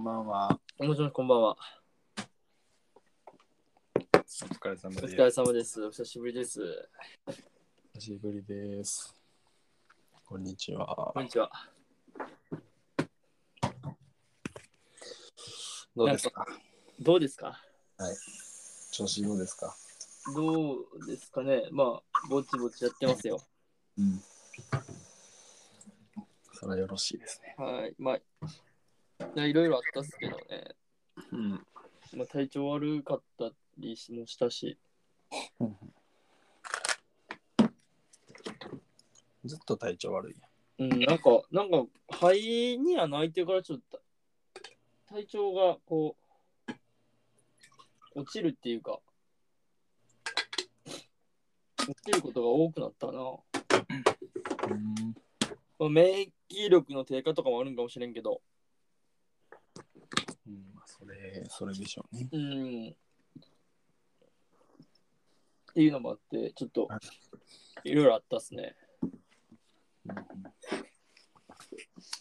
んばんは。もちろんこんばんは。お疲れ様おで疲す。れ様です。お久しぶりです。久しぶりです。こんにちはこん。にちは。どうですかどうですか調子どうですかどうですかねまあ、ぼちぼちやってますよ。うん。それはよろしいですね。はい。まあ、いろいろあったっすけどね。うん。まあ、体調悪かったりもしたし。ずっと体調悪いやうん、なんか、なんか、肺には泣いてからちょっと、体調がこう、落ちるっていうか、落ちることが多くなったな。ん。うん。まあ免疫力の低下とかもあるんかもしれんけど、まあ、それ、それでしょうね。うん。っていうのもあって、ちょっとはいろいろあったっすね。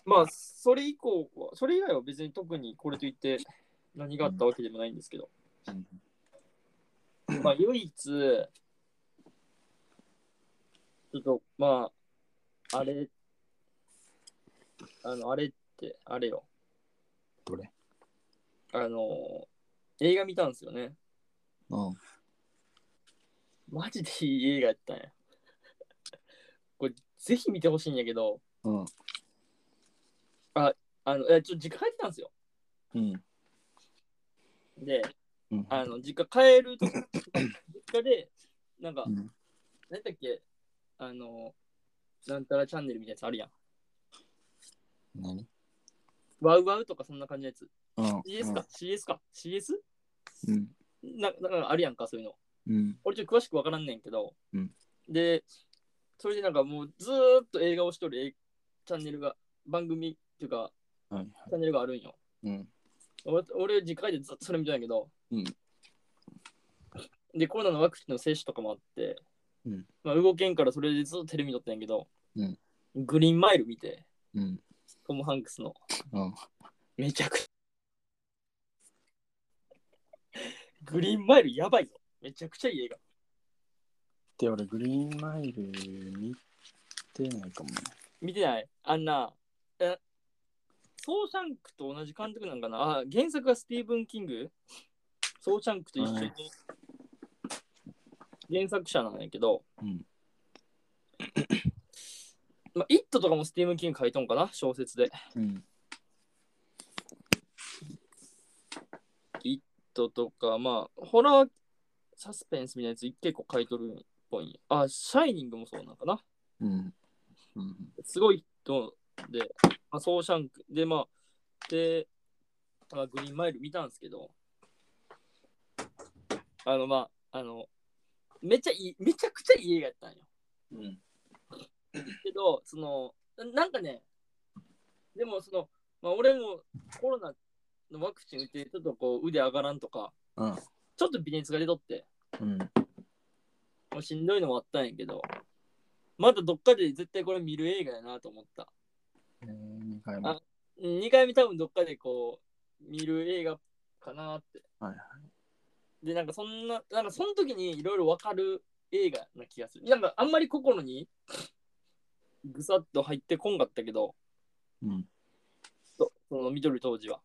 まあ、それ以降は、それ以外は別に特にこれといって何があったわけでもないんですけど、うんまあ、唯一、ちょっと、まあ、あれ、あの、あれって、あれよ、どれあの、映画見たんですよね。うん。マジでいい映画やったんや。 これ、ぜひ見てほしいんやけど、うん。あの、え、ちょ、実家帰ってたんですよ。うん。で、うん。あの、実家帰ると、実家で、なんかう、ん。なんだっけ、あの、なんたらチャンネルみたいなやつあるやん。何ワウワウとかそんな感じのやつ。うん。 CS か、CS か ?CS? うん。ななんかあるやんか、そういうの。うん。俺ちょっと詳しくわからんねんけど、うんで、それでなんかもうずーっと映画をしとるえチャンネルが、番組っていうか、はい。チャンネルがあるんよ。うん。俺、俺実家でずっとそれ見てたんやけど、うんで、コロナのワクチンの接種とかもあって、うんまあ、動けんからそれでずっとテレビ撮ったんやけど、うんグリーンマイル見て、うん。トム・ハンクスの。うん。めちゃくちゃ。グリーンマイルやばいよ。めちゃくちゃいい映画。で、俺、グリーンマイル見てないかもね。見てないあんな、え、ソーシャンクと同じ監督なんかなあ、原作がスティーブン・キングソーシャンクと一緒に、はい原作者なんやけど、うんまあ、イットとかもスティーブン・キング書いとんかな小説で。うん。イットとか、まあ、ホラー、サスペンスみたいなやつ結構書いとるっぽいんや。あ、シャイニングもそうなんかなうん。うん。すごい人で、まあ、ソーシャンクで、まあ、で、まあ、グリーンマイル見たんですけど、あの、まあ、あの、めちゃいい、めちゃくちゃいい映画やったんよ。うん。けど、その、ななんかね、でも、その、まあ、俺もコロナのワクチン打って、ちょっとこう、腕上がらんとか、うん。ちょっと微熱が出とって、うん。もうしんどいのもあったんやけど、またどっかで絶対これ見る映画やなと思った。えー、2回目。あ2回目多分どっかでこう見る映画かなって。はいはで、なんかそんな、なんかその時にいろいろわかる映画な気がする。なんかあんまり心にぐさっと入ってこんかったけど、うん。そその見とる当 時は。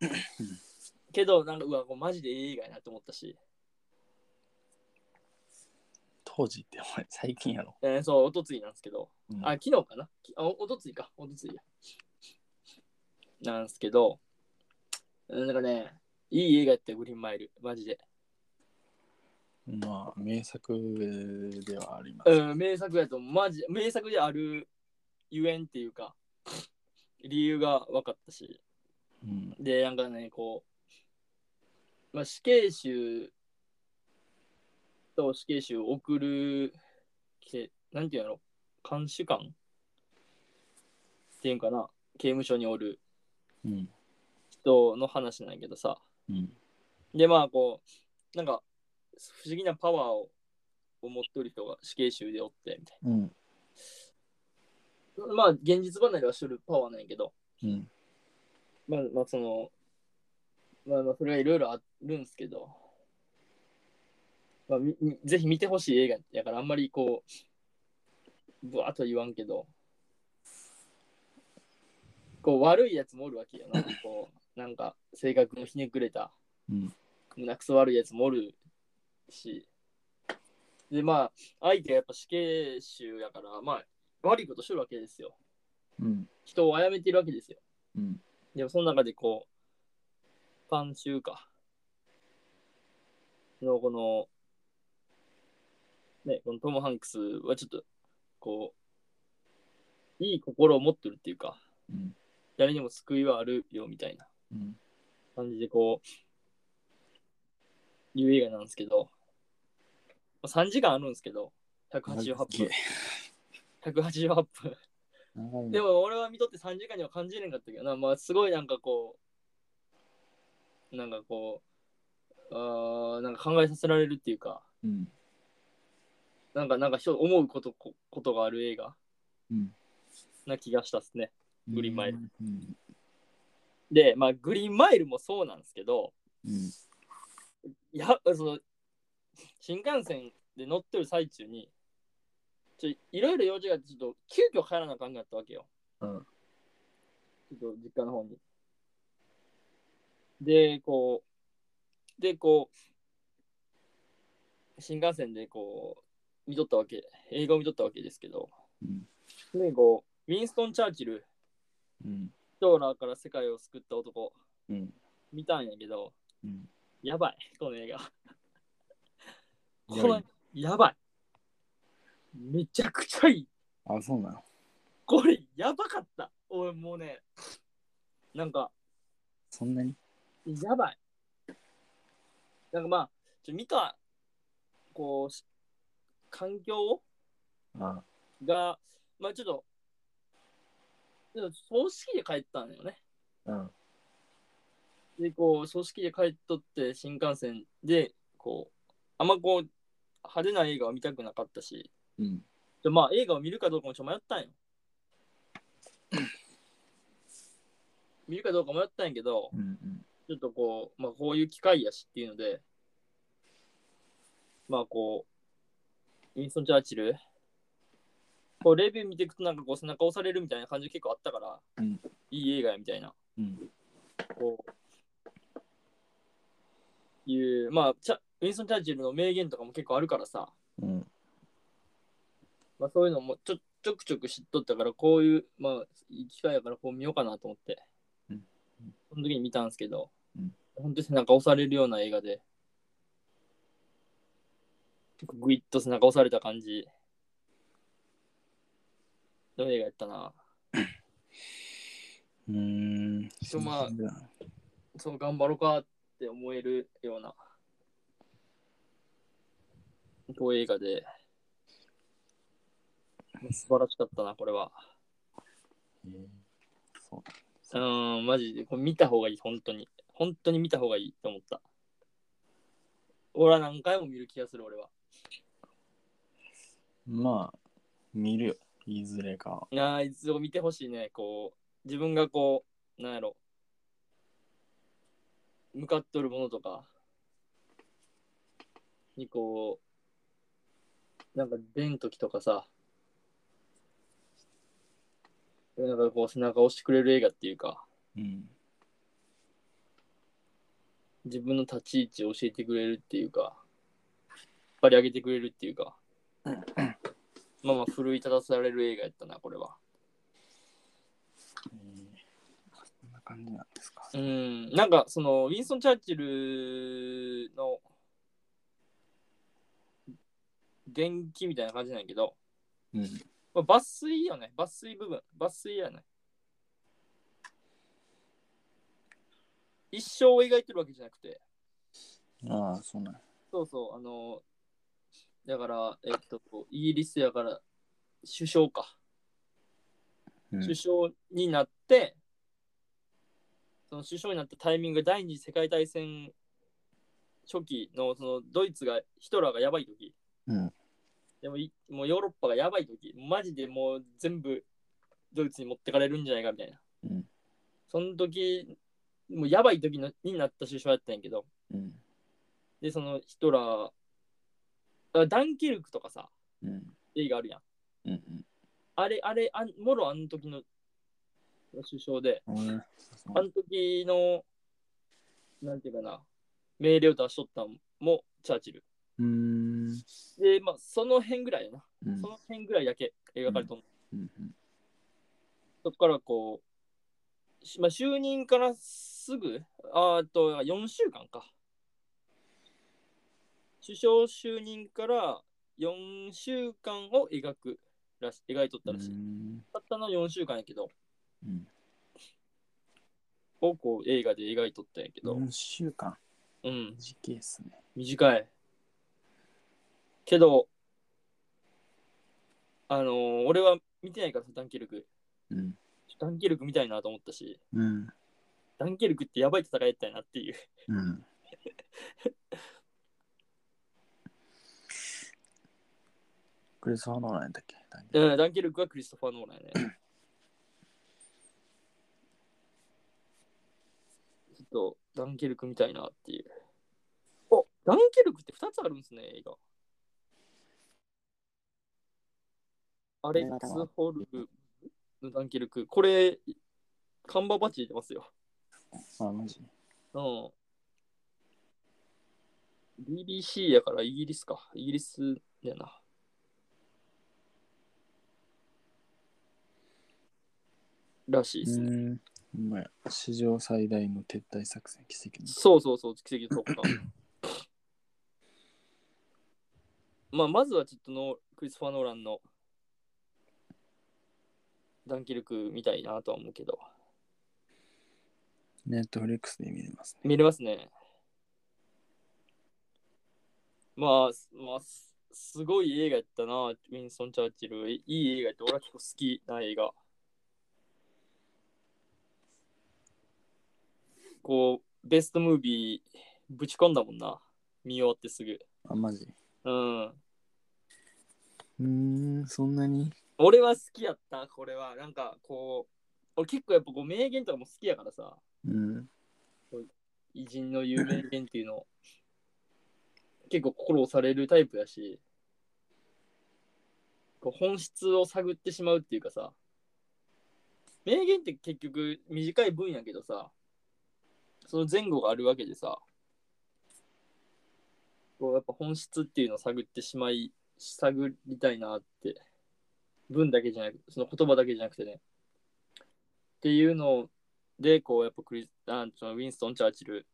けど、なんかうわ、これマジでいい映画やなと思ったし、当時ってお前最近やろ。えーそう、おとついなんですけど、うんあ、昨日かなきあおおとついか、おとついや。なんですけど、うんなんかね、いい映画やったよグリーンマイル、マジで。まあ、名作ではあります。うん、名作やと思うマジ名作であるゆえんっていうか理由が分かったしうん。でなんかねこう、まあ、死刑囚と死刑囚を送るけなんていうんやろ監視官っていうんかな刑務所におるうん。人の話なんやけどさうん。でまあこうなんか不思議なパワーをを持っとる人が死刑囚でおってみたいな。うん。まあ現実離れはするパワーなんやけど、うん。まあ、まあそのまあまあ、それはいろいろあるんですけど、まあ、みみぜひ見てほしい映画やから、あんまりこう、ぶわっと言わんけど、こう悪いやつもおるわけよな、こう、なんか性格のひねくれた、うん胸くそ悪いやつもおるし、で、まあ、相手がやっぱ死刑囚やから、まあ、悪いことしてるわけですよ。うん人を殺めてるわけですよ。うんでもその中でこう、パンチューか。のこの、ね、このトム・ハンクスはちょっと、こう、いい心を持ってるっていうか、うん誰にも救いはあるよみたいなうん感じでこう、いう映画なんですけど、まあ3時間あるんですけど、188分。188分。長いねでも俺は見とって3時間には感じれんかったけどな、まあすごいなんかこう、なんかこう、あーなんか考えさせられるっていうか、うんなんかなんかひょ思うことこことがある映画うんな気がしたっすね。グリーンマイルうんで、まあグリーンマイルもそうなんですけど、うんいやその新幹線で乗ってる最中に、ちょいろいろ用事があってちょっと急遽帰らなあかんかったわけよ。うんちょっと実家の方に。で、こう、で、こう、新幹線でこう、見とったわけ、映画を見とったわけですけど、うんで、こう、ウィンストン・チャーチル、うんヒトラーから世界を救った男、うん見たんやけど、うんやばい、この映画。こいやの、やばい。めちゃくちゃいい。あそうなのこれ、やばかった。おい、もうね、なんか、そんなにやばい。なんかまあ、ちょ見た、こうし、環境あが、まあちょっと、でも葬式で帰ったんだよね。うんで、こう、葬式で帰っとって、新幹線で、こう、あんまこう、派手な映画は見たくなかったし、うんでまあ映画を見るかどうかもちょっと迷ったんよ。見るかどうか迷ったんやけど、うんちょっとこう、まあ、こういう機会やしっていうので、まあこう、ウィンストン・チャーチル、こうレビュー見ていくとなんかこう背中押されるみたいな感じ結構あったから、うんいい映画やみたいな、うんこう、いう、まあ、チャウィンストン・チャーチルの名言とかも結構あるからさ、うんまあそういうのもちょちょくちょく知っとったから、こういう、まあ、いい機会やからこう見ようかなと思って、うんその時に見たんですけど、うん本当に背中押されるような映画で、結構グイッと背中押された感じの映画やったな。うーんちょまそんなあ感じだなそう、頑張ろうかって思えるような、こういう映画で、素晴らしかったな、これは。へえそううーん、マジで。これ見た方がいい、本当に。本当に見た方がいいと思った。俺は何回も見る気がする、俺は。まあ見るよいずれかはなあ、いつを見てほしいね。こう、自分がこう、なんやろ。向かっとるものとか、にこう、なんか出んときとかさ、なんかこう背中を押してくれる映画っていうか、うん自分の立ち位置を教えてくれるっていうか、引っ張り上げてくれるっていうか、まあまあ、奮い立たされる映画やったな、これは。えーそんな感じなんですかうん、なんか、その、ウィンストン・チャーチルの伝記みたいな感じなんやけど、うんまあ、抜粋よね、抜粋部分、抜粋やね。一生を描いてるわけじゃなくて、ああそうなんやそうそう、あの、だから、えっと、イギリスやから、首相か。うん首相になって、その首相になったタイミングが第二次世界大戦初期の、そのドイツが、ヒトラーがやばい時。うんでもい、もうヨーロッパがやばい時、マジでもう全部ドイツに持ってかれるんじゃないかみたいな。うんその時もうやばい時のになった首相やったんやけど、うん。で、そのヒトラー、あダンケルクとかさ、うん。映画あるやん。うん。あれ、あれ、あんもろあの時の首相で、うん。あの時の、なんていうかな、命令を出しとったんもチャーチル。うん。で、まあ、その辺ぐらいやな。うんその辺ぐらいだけ描かれとんのうん。そこからこう、しまあ、就任からすぐ、あーっと4週間か。首相就任から4週間を描くらし描いとったらしい。たったの4週間やけど、うん。をこう映画で描いとったんやけど、 4週間。うん、短いっすね。短い。けど、あのー俺は見てないからさ、ダンケルク。うん。ダンケルク見たいなと思ったし、うん。ダンケルクってやばい戦いやったんやなっていう。うん。クリスファー・ノーランやったっけうん、ダンケルクはクリストファー・ノーランや ね。ちょっと、ダンケルクみたいなっていう。おダンケルクって2つあるんですね、映画。アレックス・ホルムのダンケルク。これ、カンバーバッチ出てますよ。あ、マジうん。BBC やからイギリスか。イギリスやな。らしいですね。ん。ほんまや史上最大の撤退作戦奇跡の。そうそうそう、奇跡の突破。まあ、まずはちょっとのクリスファー・ノーランのダンキルクみたいなとは思うけど。ネットフリックスで見れますね。見れますね。まあ、すまあ、すすごい映画やったな、ウィンソン・チャーチル。いいい映画やって、俺は結構好きな映画。こう、ベストムービーぶち込んだもんな。見終わってすぐ。あ、マジうん。うーん、そんなに俺は好きやった、これは。なんか、こう、俺結構やっぱこう名言とかも好きやからさ。うん。偉人の有名言っていうの結構心押されるタイプやしこう本質を探ってしまうっていうかさ名言って結局短い分やけどさその前後があるわけでさこうやっぱ本質っていうのを探ってしまい探りたいなって文だけじゃなくその言葉だけじゃなくてねっていうのをで、こう、やっぱクリス、あそのウィンストン・チャーチル、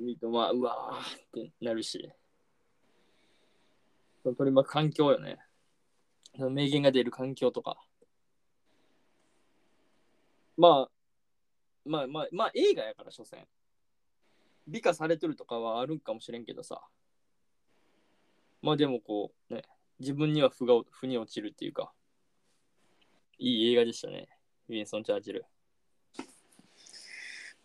見ると、まあ、うわーってなるし、その取り巻く環境よね。その名言が出る環境とか。まあ、まあまあ、まあ映画やから、所詮。美化されてるとかはあるんかもしれんけどさ。まあでもこう、ね、自分には負が、負に落ちるっていうか、いい映画でしたね。ウィンストン・チャーチル。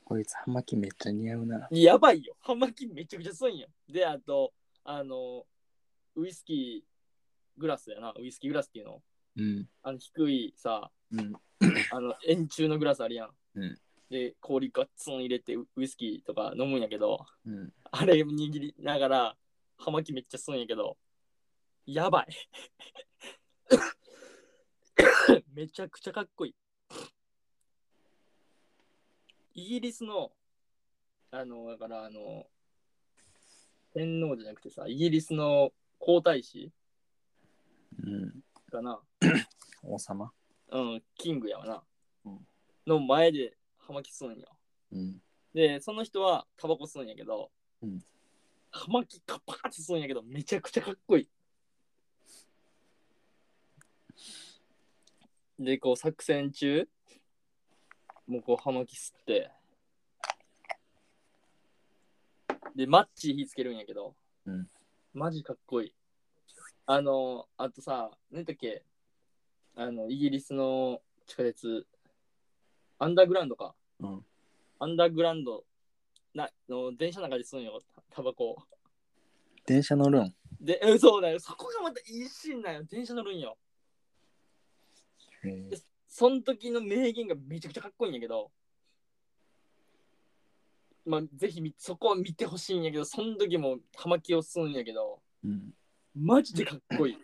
こいつ、ハマキめっちゃ似合うな。やばいよ。葉巻めちゃくちゃすんやん。で、あと、あの、ウイスキーグラスやな。ウイスキーグラスっていうの。うん。あの、低いさ、うん。あの、円柱のグラスあるやん。うんで、氷ガッツン入れてウウイスキーとか飲むんやけど、うん。あれ握りながら、葉巻めっちゃすんやけど、やばい。 めちゃくちゃかっこいい。イギリスの、あの、だから、あの、天皇じゃなくてさ、イギリスの皇太子うん。かな、王様うん、キングやわな、うんの前で葉巻すんや。うん。で、その人はタバコ吸うんやけど、うん葉巻カパーって吸うんやけど、めちゃくちゃかっこいい。で、こう作戦中、もうこう葉巻吸って、で、マッチ火つけるんやけど、うんマジかっこいい。あの、あとさ、何だっけ、あの、イギリスの地下鉄、アンダーグラウンドか。うんアンダーグラウンドなの電車の中ですんよ、タタバコを。電車乗るん。で、えそうだよ。そこがまたいいシーンなんよ。電車乗るんよ。へえでその時の名言がめちゃくちゃかっこいいんやけど、まあ、ぜひみそこは見てほしいんやけど、その時も葉巻をするんやけど、うん。マジでかっこいい。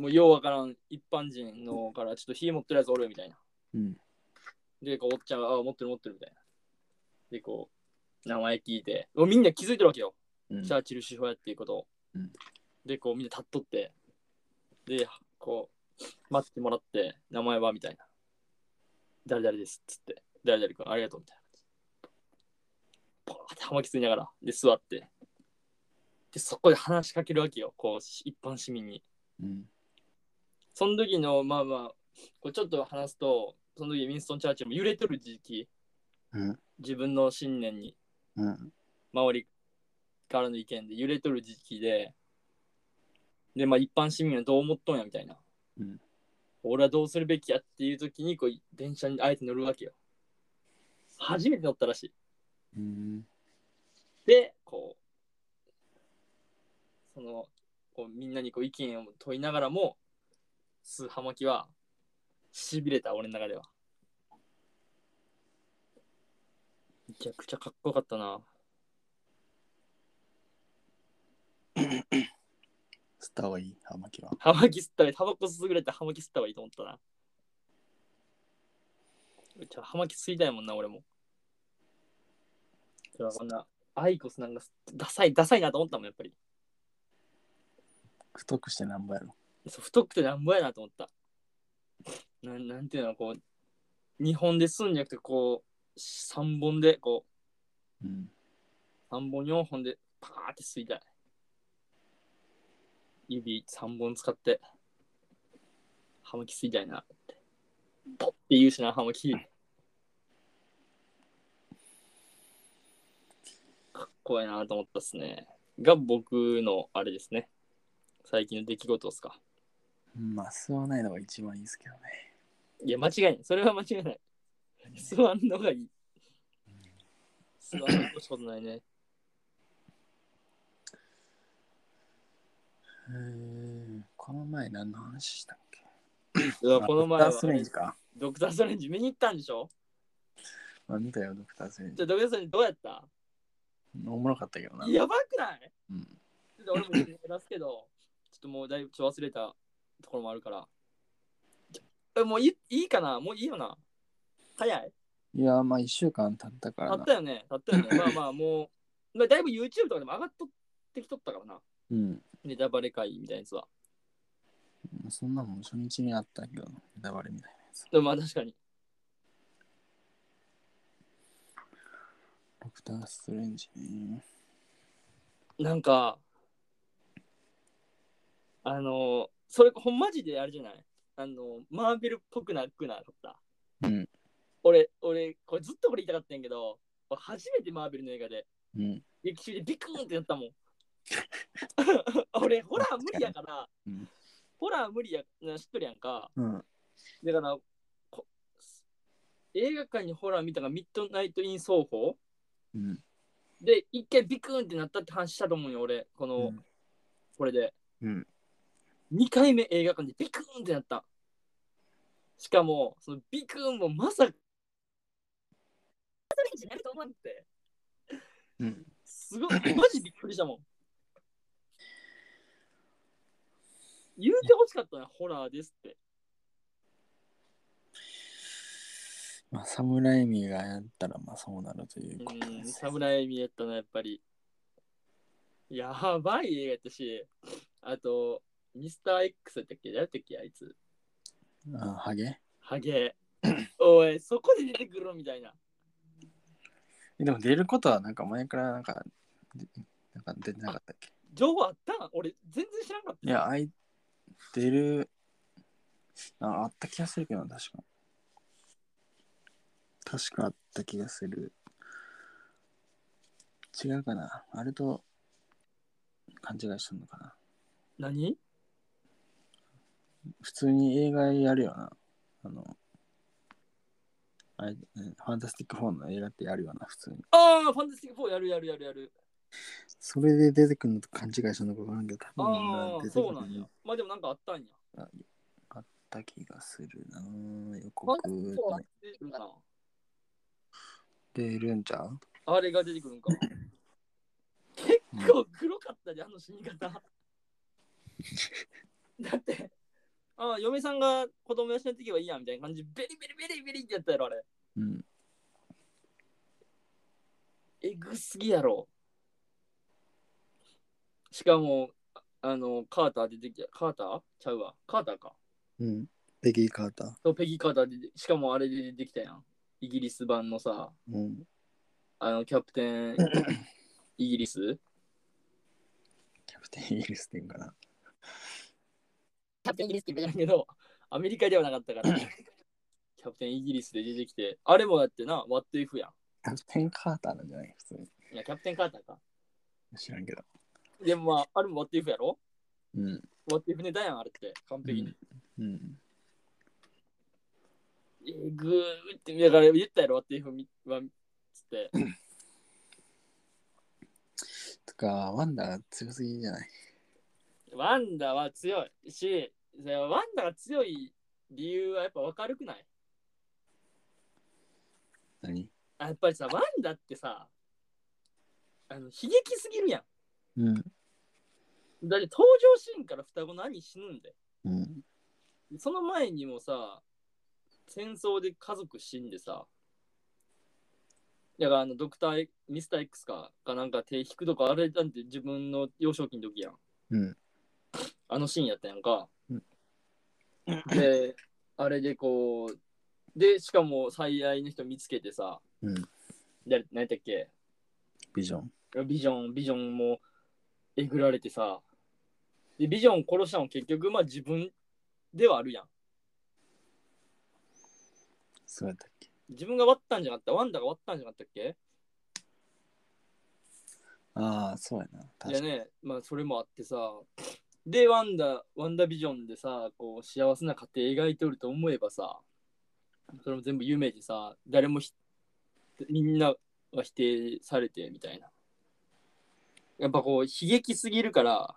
もうようわからん一般人のからちょっと火持ってるやつおるみたいな。うん。で、こうおっちゃんが、あ、持ってる持ってるみたいな。で、こう、名前聞いて、もうみんな気づいてるわけよ。うんチャーチル主婦やっていうことを。うんで、こうみんな立っとって、で、こう、待ってもらって、名前はみたいな。誰々ですっつって、誰々君ありがとうみたいな。ポーって浜きついながら、で、座って。で、そこで話しかけるわけよ、こう、し一般市民に。うん。その時の、まあまあ、こうちょっと話すと、その時ウィンストン・チャーチルも揺れとる時期、うん自分の信念にうん。周りからの意見で揺れとる時期で、で、まあ一般市民はどう思っとんやみたいな。うん俺はどうするべきやっていう時に、こう、電車にあえて乗るわけよ。初めて乗ったらしい。うん。で、こう、その、こうみんなにこう意見を問いながらも、スーハマキは、しびれた、俺の中では。めちゃくちゃかっこよかったな。スターはいい、葉巻は。ハマキ吸ったら、タバコ吸うぐらいでハマキ吸った方がいいと思ったな。ちょハマキ吸いたいもんな、俺も。じゃあこんな、アイコスなんかダサい、ダサいなと思ったもん、やっぱり。太くしてなんぼやろ。そう太くてなんぼやなと思った。なんなんていうの、こう、2本で吸うんじゃなくて、こう、3本で、こうん。う、3本4本で、パーって吸いたい。指3本使って、ハマキ吸いたいなって。ポッって言うしな、ハマキ。かっこいいなと思ったっすね。が僕のあれですね。最近の出来事っすか。まあ、吸わないのが一番いいですけどね。いや、間違いない。それは間違い ない。吸わんのがいい。吸わんのこことないね。へーこの前何の話したっけうわこの前ドクはターストレンジか。ドクター・ストレンジ見に行ったんでしょまあ、見たよ、ドクターストレンじジ。ゃあドクター・ストレンジどうやったおもろかったけどな。やばくないうんちょっと俺もちょっと減らすけど、ちょっともうだいぶちょっと忘れたところもあるから。ちょえもういいいいかなもういいよな早いいや、まあ、1週間経ったからたな。ったよねたったよね。まあまあもう、まあ、だいぶ YouTube とかでも上がっとってきとったからな。うん。ネタバレ会みたいなやつは。そんなもん初日にあったけど、ネタバレみたいなやつ。でもまあ確かに。ドクターストレンジね。なんか、あの、それ、ほんまじであれじゃないあの、マーベルっぽくなくなかった。うん。俺、俺、これずっとこれ言いたかったんやけど、俺初めてマーベルの映画で、うん。劇中でビクーンってなったもん。 俺、ホラー無理やから、うんホラー無理や、知っとるやんか。うん。だから、こ映画館にホラー見たがミッドナイト・イン奏法うん。で、一回ビクーンってなったって話したと思うよ、俺、こうの、んこれで。うん2回目映画館でビクーンってなった。しかも、そのビクーンもまさか、それじゃないと思って。うん。すごい、マジびっくりしたもん。言うてほしかったな、ホラーですって。まあ、サムライミがやったら、まあ、そうなるということうん、です。侍見えたな、やっぱり。やばい映画やったし、あと、ミスター X だったっけ誰だったっけあいつ。あ、ハゲ ハゲ。おい、そこで出てくるみたいな。でも出ることはなんか前からなんか、でなんか出てなかったっけ情報あったん俺、全然知らんかった。いや、あい、出る、ああった気がするけどな、確か。確かあった気がする。違うかな。あれと勘違いしたのかな。何普通に映画やるよな。あの、あれ、うんファンタスティック4の映画ってやるよな、普通に。ああ、ファンタスティック4やるやるやるやる。それで出てくるのと勘違いしたのかわからんけど、多分あ出あ、てくそうるなんやの。まあでもなんかあったんや。があった気がするな。予告と出てくるなてるんちゃうあれが出てくるんか。結構黒かったじゃん、あの死 に方。だって、ああ、嫁さんが子供養っていけばいいやみたいな感じ、ベリベリベリベリってやったやろ、あれ。うん。えぐすぎやろ。しかも、ああの、カーター出てきた、カーターちゃうわ。カーターか。うん。ペギー・カーター。そうペギーカーター出て、しかもあれで出てきたやん。イギリス版のさ、うん。あの、キャプ テン、イギリスキャプテン・イギリスっていうんかな。キャプテンイギリスって言ったけど、アメリカではなかっ たから、キャプテンイギリスで出てきて、あれもだってな、What if やキャプテン・カーターなんじゃない普通に。ん。いや、キャプテンカーターか。知らんけど。でもまあ、あれも What if やろうん。 ?What if ネタやん、あれって、完璧に。うん。えぐーって、だから言ったやろ、What if みは、つって。とか、ワンダが強すぎじゃないワンダは強いし、それワンダが強い理由はやっぱ明るくない何あやっぱりさ、ワンダってさ、あの、悲劇すぎるやうん。ん。だって登場シーンから双子の兄死ぬんで。うん。その前にもさ、戦争で家族死んでさ、だからあのドクター、ミスター X か、かなんか手引くとか、あれなんて自分の幼少期の時やん。うん。あのシーンやったやんか。うんで、あれでこう、で、しかも最愛の人見つけてさ、うん。誰何やったっけビジョン。ビジョン、ビジョンもえぐられてさ、で、ビジョン殺したの結局、まあ自分ではあるやん。そうやったっけ自分が割ったんじゃなかったワンダが割ったんじゃなかったっけああ、そうやな。い確やかね、まあそれもあってさ。で、ワンダ、ワンダビジョンでさ、こう幸せな家庭描いておると思えばさ、それも全部夢でさ、誰もひみんなが否定されてみたいな。やっぱこう悲劇すぎるから、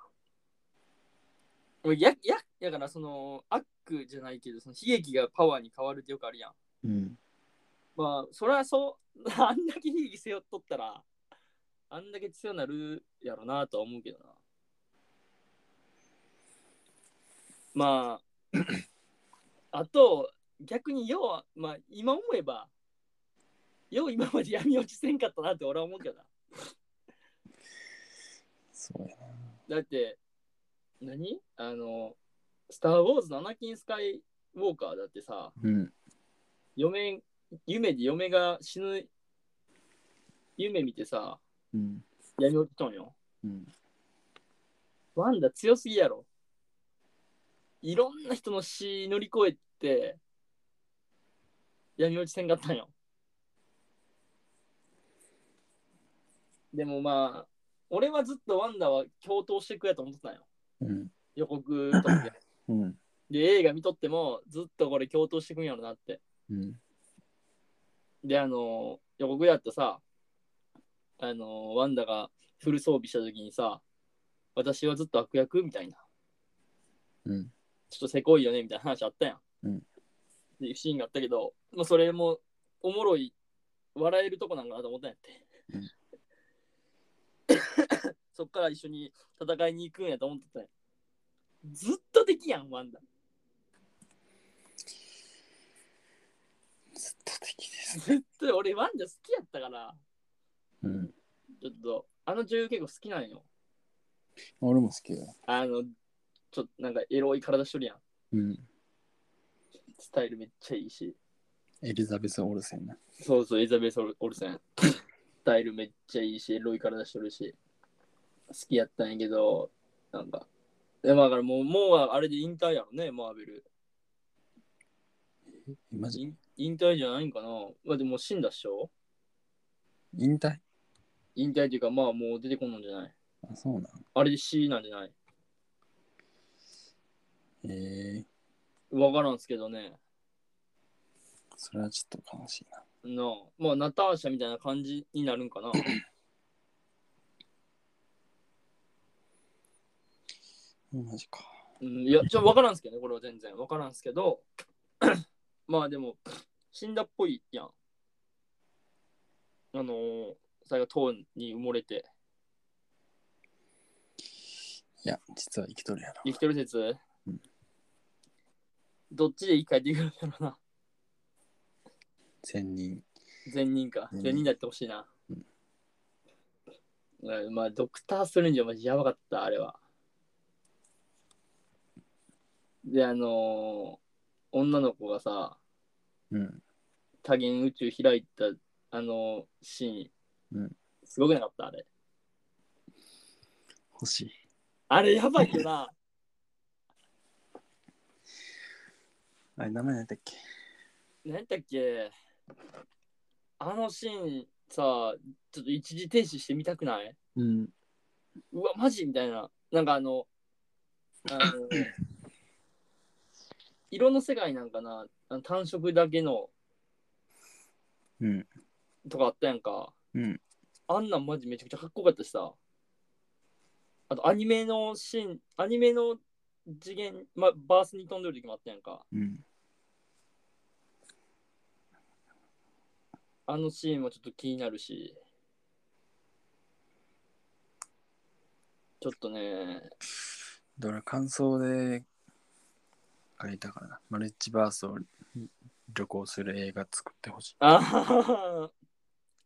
や、や、だからその悪じゃないけど、その悲劇がパワーに変わるってよくあるやん。に。うん。まあ、それはそう、 あんだけ悲劇背負っとったら、あんだけ強なるやろなとは思うけどな。ま あ、あと、逆に、要は、まあ、今思えば、よう今まで闇落ちせんかったなって俺は思うけどな。そうやな。だって、何あの、スター・ウォーズのアナキン・スカイ・ウォーカーだってさ、うん。嫁夢で嫁が死ぬ夢見てさうん。闇落ちとんようん。ワンダ強すぎやろいろんな人の死乗り越えて闇落ちせんかったんよでもまあ俺はずっとワンダは共闘してくやと思ってたんようん。予告とかでうん。で映画見とってもずっとこれ共闘してくんやろなってうん。で、あの、予告やったさ、あの、ワンダがフル装備した時にさ、私はずっと悪役みたいな、うん。ちょっとせこいよねみたいな話あったやん。うんっていうシーンがあったけど、まあ、それもおもろい、笑えるとこなんかなと思ったんやって。う そっから一緒に戦いに行くんやと思ってたんやずっと敵やん、ワンダ。ずっと敵です。ずっと俺、ワンダ好きやったから、うん。ちょっと、あの女優結構好きなんよ。俺も好きだよ。あの、ちょっとなんかエロい体しとるやん。うん。スタイルめっちゃいいし。エリザベス・オルセンな。そうそう、エリザベス・オルセン。ス タイルめっちゃいいし、エロい体しとるし。好きやったんやけど、なんか。でまあだからもう、もうあれで引退やろね、マーベル。えマジ引引退じゃないんかな。まあでも死んだっしょ引退引退っていうか、まあもう出てこんのんじゃない。あ、そうなん。あれで死なんじゃないええわからんすけどね。それはちょっと悲しいな。なあ。まあ、ナターシャみたいな感じになる んかな。うんマジか。うんいや、ちょ、わからんすけどね、これは全然。わからんすけど、 まあでも、死んだっぽいやん。あのー、それが塔に埋もれて、いや、実は生きとるやろ。生きてる説、うんどっちで生き返ってくるん だろうな。千人。善人か。うん善人だってほしいな。ううんまあ、ドクター・ストレンジはマジやばかった、あれは。で、あのー女の子がさ、うん。多元宇宙開いた、あのーシーン、うんすごくなかった、あれ。欲しい。あれやばいよな。 あれ、名前何だっけ何だっけあのシーンさちょっと一時停止してみたくないうん。うわマジみたいななんかあのあの 色の世界なんかなあの単色だけのうん。とかあったやんかうん。あんなんマジめちゃくちゃかっこよかったしさあとアニメのシーンアニメの次元、ま、バースに飛んでる時もあったやんかうん。あのシーンもちょっと気になるしちょっとねだから感想で書いたからな。マルチバースを旅行する映画作ってほしい。あー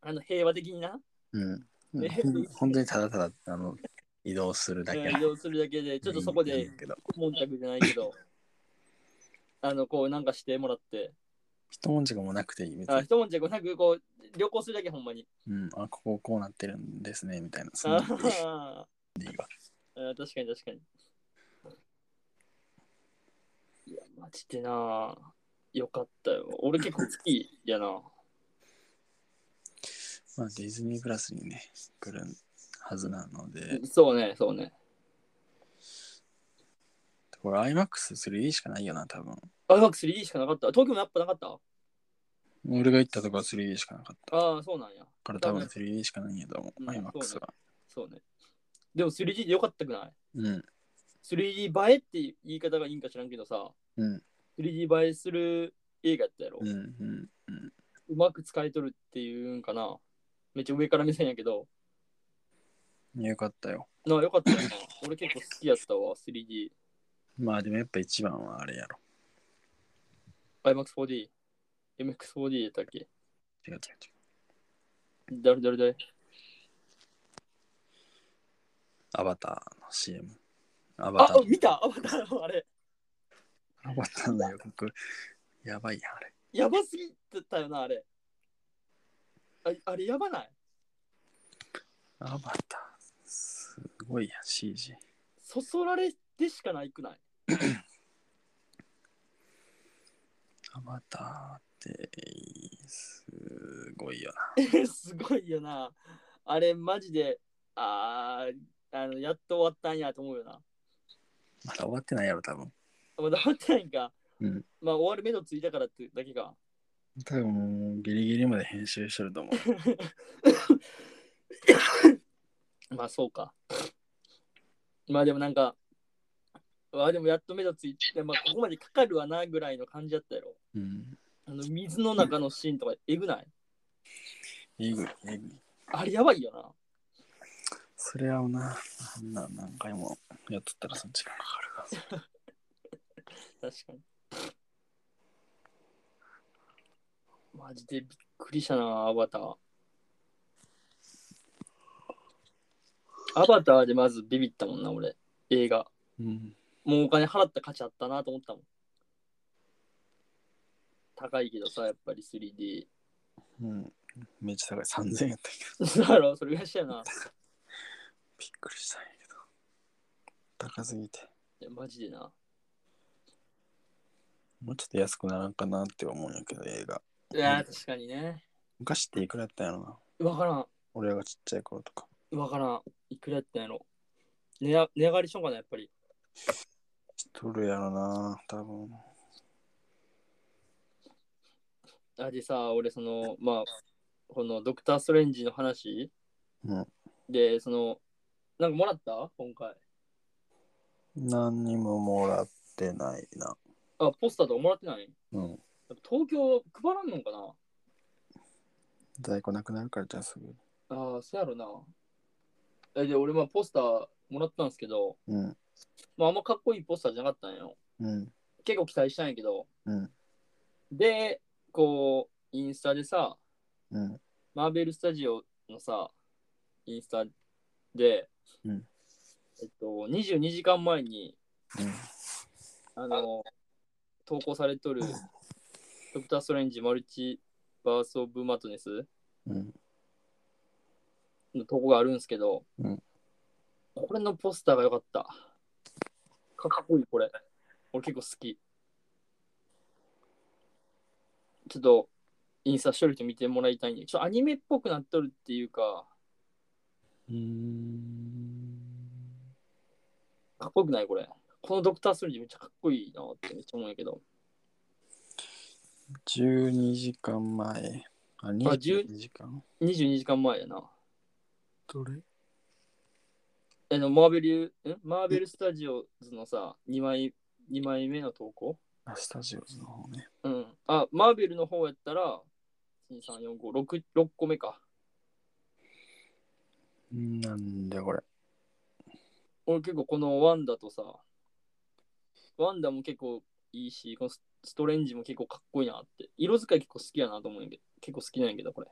あの平和的にな、うん。ね本当にただただあの移動するだけえー移動するだけでちょっとそこいいでんだけど悶着じゃないけどあのこうなんかしてもらって一文字がもうなくていいみたあい一文字でなくこう旅行するだけほんまにな。うん。あ、こここうなってるんですね、みたいな。そんあなーいいわあー確かに確かにいやマジでなよかったよ俺結構好きやなまあ、ディズニープラスにね、来るはずなので、そうねそうねこれ IMAX3D しかないよな、多分。あうまく 3D しかなかった東京もやっぱなかった俺が行ったとこは 3D しかなかった。ああそうなんやから多分 3D しかないんやと思う、うん IMAX は。そうねでも 3D でよかったくないうん。 3D 映えっていう言い方がいいんか知らんけどさ、うん、 3D 映えする映画やったやろ、う。うんうん。まく使い取るっていうんかなめっちゃ上から目線やけどうん。よかったよ。なあよかったよな俺結構好きやったわ 3D まあでもやっぱ一番はあれやろ。 IMAX4D MX4D やったっけ違う違う違う。誰誰誰アバターの CM。アバあター。見たあ またあれアバターの予告。やばいやん、あれ。やばすぎてたよなあれああれやばないアバター。すごいやん、CG。そそられでしかないくないアバターって、すごいよえすごい よな。あれ、マジで、あーあの、やっと終わったんやと思うよな。な。まだ終わってないやろ、多分。まだ終わってないんか。うんまあ、終わる目途ついたからってだけか。多分もうギリギリまで編集してると思う。 まあ、そうか。 まあ、でもなんか、ああでもやっと目途ついて、まあ、ここまでかかるわなぐらいの感じだったやろ。うん。あの水の中のシーンとかえぐないえぐい、えぐい。あれやばいよな。それはな、あんな何回もやっとったらその時間かかるから。確かに。マジでびっくりしたな、アバター。アバターでまずビビったもんな、俺。映画。うん。もうお金払った価値あったなと思ったもん。高いけどさ、やっぱり 3D。うん。めっちゃ高い。3000円やったけど。そう だろ、それがしたよな。びっくりしたんやけど。高すぎて。いや、マジでな。もうちょっと安くならんかなって思うんやけど、映画。いや、確かにね。昔っていくらやったんやろな。わからん。俺らがちっちゃい頃とか。わからん。いくらやったんやろ。値上値上がりしようかな、やっぱり。しとるやろな、多分。あでさ、俺その、まあ、このドクター・ストレンジの話うん。で、その、なんかもらった今回。何にももらってないな。あ、ポスターとかもらってないうん。東京配らんのかな在庫なくなるからじゃあすぐ。ああ、そうやろな。えで、俺、まあ、ポスターもらったんですけど、うん。まあ、あんまかっこいいポスターじゃなかったんよ。うん。結構期待したんやけど。うん。で、こう、インスタでさ、うん。マーベルスタジオのさ、インスタで、うんえっと、22時間前に、うん。あの、投稿されとる、ドクター・ストレンジ・マルチバース・オブ・マットネスうん。の投稿があるんですけど、うんこれのポスターが良かった。かっこいい、これ。俺結構好き。ちょっと、インスタしとる人見てもらいたいんで、ちょっとアニメっぽくなっとるっていうか、うん。かっこよくないこれ。このドクターストレンジめっちゃかっこいいなってめっちゃ思うんやけど。 12時間前。あ、22時間22時間前やな。どれえの、マーベル、んマーベルスタジオズのさ、2枚、二枚目の投稿あ、スタジオズの方ね。うん。あ、マーベルの方やったら、1、3、4、5、6、6個目か。うんなんだこれ。俺結構このワンダとさ、ワンダも結構いいし、このスストレンジも結構かっこいいなって。色使い結構好きやなと思うんやけど、結構好きなんやけど、これ。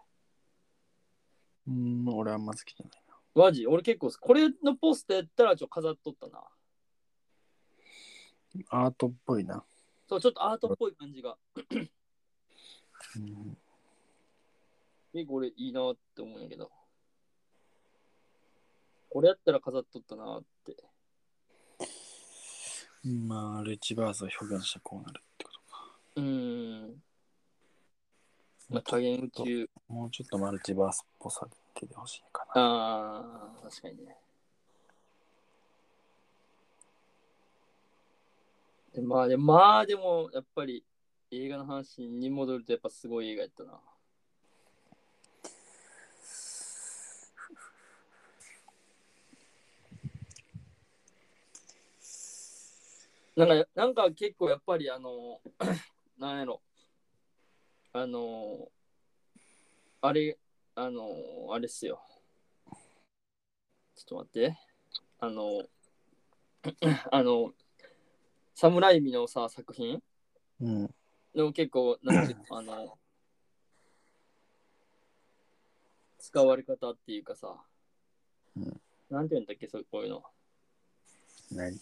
うん、俺あんま好きじゃない。マジ俺結構、これのポスターやったらちょっと飾っとったな。アートっぽいな。そう、ちょっとアートっぽい感じが。うん。結構俺いいなって思うんやけど。これやったら飾っとったなって。まあ、ルチバースを表現してこうなるってことか。うーん。まあ、多元宇宙。もうちょっとマルチバースっぽさ出てほしいかな。ああ、確かにね。でまあで、まあでも、やっぱり映画の話に戻るとやっぱすごい映画やったな。なんか、なんか結構やっぱりあの、 なんやろ、あの、あれ、あの、あれっすよ。ちょっと待って。あの、 あの、サムライミのさ、作品うん。でも結構、なんていう の、あの、使われ方っていうかさ、うんなんていうんだっけ、そうこういうの。何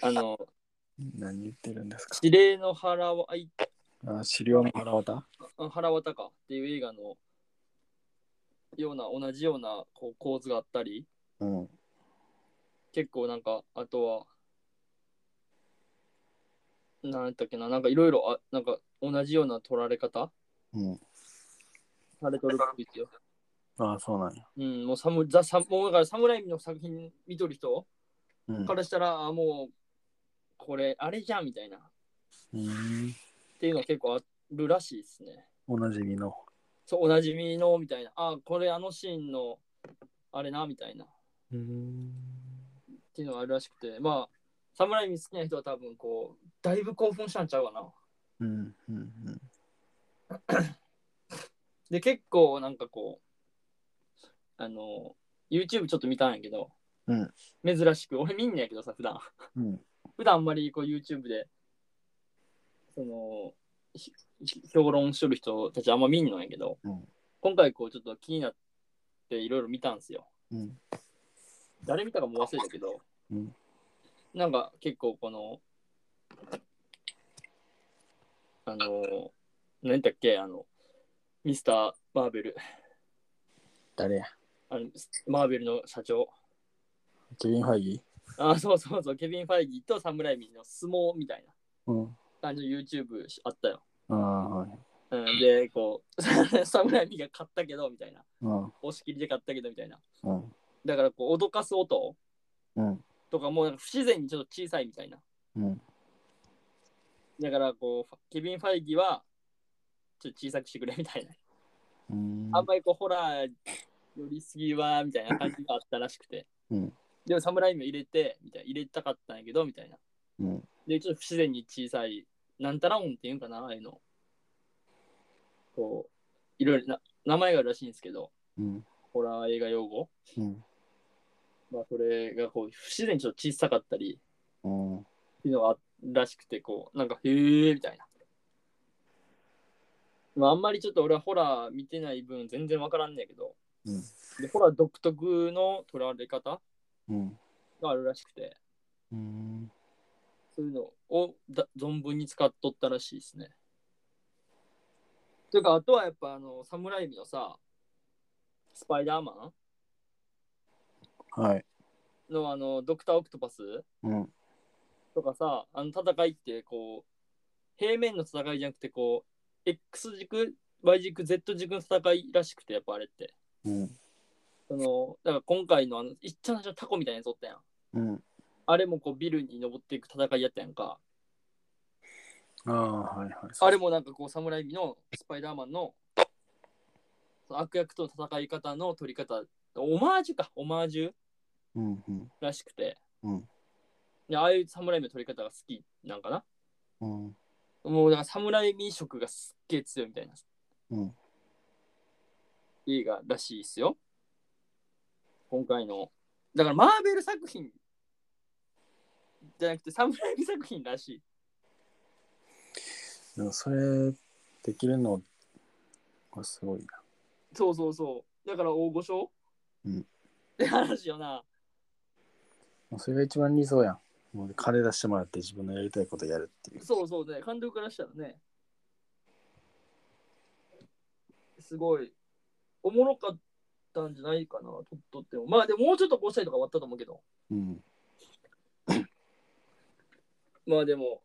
あの、何言ってるんですか指令の腹わいあ資料の腹渡あ腹渡かっていう映画のような同じようなこう構図があったりうん。結構なんかあとは何やったっけななんかいろいろあなんか同じような撮られ方うん。されとるっぽいですよ。ああ、そうなんや。うん、もうサムザサムもうだからサムライミの作品見とる人うんか。らしたらあもうこれあれじゃんみたいなっうんていうの結構あるらしいですね。おなじみの。そうおなじみのみたいなあこれあのシーンのあれなみたいな。うん。っていうのがあるらしくて、まあ、侍に好きな人は多分こう、だいぶ興奮したんちゃうかな。うん。うん。で、結構なんかこう、あの、YouTube ちょっと見たんやけど、うん珍しく、俺見んねやけどさ、普段。うん。普段あんまりこう YouTube で、その、ひひ評論しとる人たちあんま見んのやけど、うん今回こうちょっと気になっていろいろ見たんすよ。うん。誰見たかも忘れたけど、うんなんか結構このあの何だっけあのミスター・マーベル誰やあのマーベルの社長ケビン・ファイギあそうそうそうケビン・ファイギーとサムライミの相撲みたいなーうん。感じの YouTube あったよ、ああ、はい。うん、でこう サムライミが勝ったけどみたいなうん。押し切りで勝ったけどみたいなうん。だからこう脅かす音うん。とかもうなんか不自然にちょっと小さいみたいなうん。だからこうケビン・ファイギーはちょっと小さくしてくれみたいなうんあんまりこうホラー寄りすぎはみたいな感じがあったらしくて、うんでもサムライミを入れてみたいな入れたかったんやけどみたいなうん。でちょっと不自然に小さいなんたら音っていうんかなああいうのこういろいろな名前があるらしいんですけど、うん。ホラー映画用語。うん。まあ、それがこう、不自然にちょっと小さかったり、うん。っていうのがあらしくて、こう、なんか、へーみたいな。まあ、あんまりちょっと俺はホラー見てない分、全然わからんねんけど、うんでホラー独特の捉われ方うん。があるらしくて、うん。そういうのをだ存分に使っとったらしいですね。というか、あとはやっぱ、あの、侍海のさ、スパイダーマはい。ンのあの、ドクター・オクトパスうん。とかさ、あの戦いってこう、平面の戦いじゃなくてこう、X 軸、Y 軸、Z 軸の戦いらしくて、やっぱあれって。うん。その、だから今回のあの、いっちゃんじゃタコみたいなやつおったやん。うん。あれもこうビルに登っていく戦いやったやんか。ああ、はいはい。あれもなんかこう、侍味のスパイダーマンのその悪役との戦い方の取り方、オマージュか、オマージュうん。うん。らしくて。うんでああいう侍味の取り方が好きなんかな。うん。もうだから侍味色がすっげえ強いみたいな。うん。映画らしいですよ。今回の。だからマーベル作品じゃなくて侍美作品らしい。でもそれ、できるのがすごいな。そうそうそう。だから大御所うんって話よな。もうそれが一番理想やん。もう金出してもらって自分のやりたいことやるっていう。そうそうね。監督からしたらね。すごい。おもろかったんじゃないかな。とっとっても。まあでももうちょっとこうしたりとか終わったと思うけど。うん。まあでも、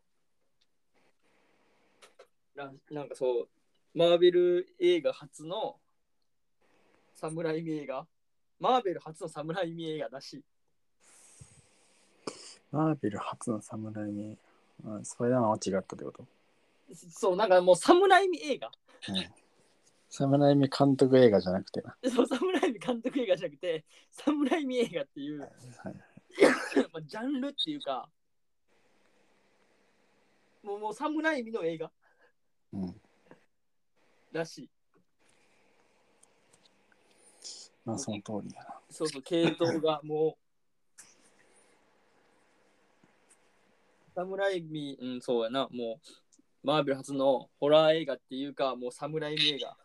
ななんかそう、マーベル映画初の侍味映画、マーベル初の侍味映画だし、マーベル初の侍に、あスパイダーマンは違ったってことそう、なんかもう侍味映画、 侍に監督映画じゃなくてな。そう侍味監督映画じゃなくて、侍味映画っていう、はい。まあ、ジャンルっていうか、もうもう侍味の映画うん。らしい。まあその通りやそうそう、系統がもう。侍味、うん、そうやな、もう、マーベル初のホラー映画っていうか、もう侍味映画。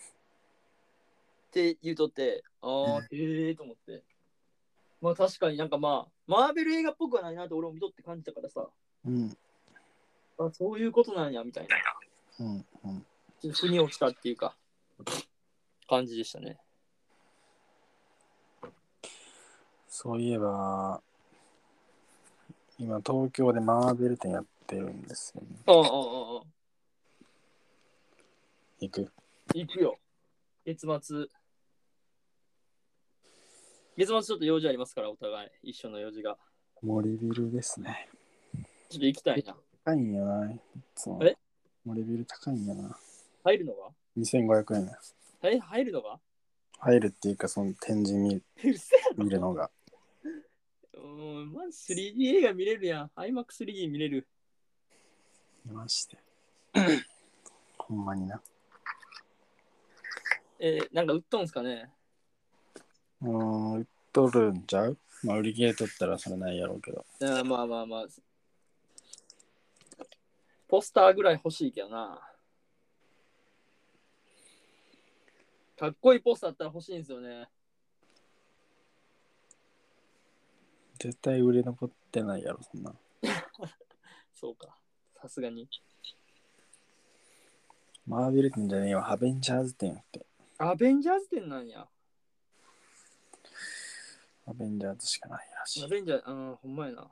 って言うとって、ああ、へえーと思って。まあ確かになんかまあ、マーベル映画っぽくはないなと俺も見とって感じたからさ、な。うん。あそういうことなんやみたいな、うん。うん。ちょっと腑に落ちたっていうか、感じでしたね。そういえば、今東京でマーベル展やってるんですよね。うんうんうんうん。行く行くよ。月末。月末ちょっと用事ありますから、お互い。一緒の用事が。森ビルですね。ちょっと行きたいな。高いんやな。いつもえ森ビル高いんやな。入るのが2500円や。え、入るのが入るっていうか、その展示見るうるせえ見るのが。うーん、まず 3D 映画見れるやん。IMAX3D 見れる。マジ で。ほんまにな。えーなんか売っとんすかねうーん、売っとるんちゃうまあ、売り切れとったらそれないやろうけど。あーまあまあまあ。ポスターぐらい欲しいけどな。かっこいいポスターあったら欲しいんですよね。絶対売れ残ってないやろ、そんな。そうか。さすがに。マーベル店じゃねえわ、アベンジャーズ店やって。アベンジャーズ展なんや。アベンジャーズしかないらしアい。ベンジャー、うん、ほんまやな。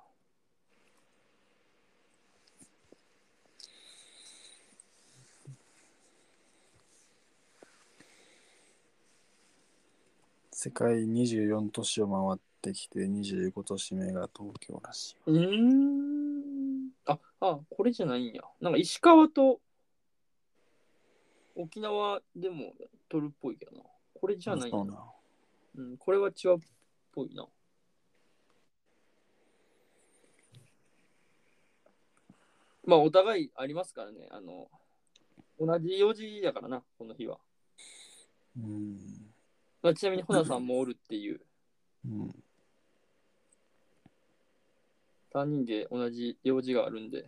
世界24都市を回ってきて、25都市目が東京らしい。うーん。あ、あ、これじゃないんや。なんか石川と沖縄でも撮るっぽいけどな。これじゃないんそやうな。な。うん、これは違うっぽいな。まあ、お互いありますからね。あの、同じ4時だからな、この日は。うん。まあ、ちなみに、ほなさんもおるっていう、うん。 3人で同じ用事があるんで。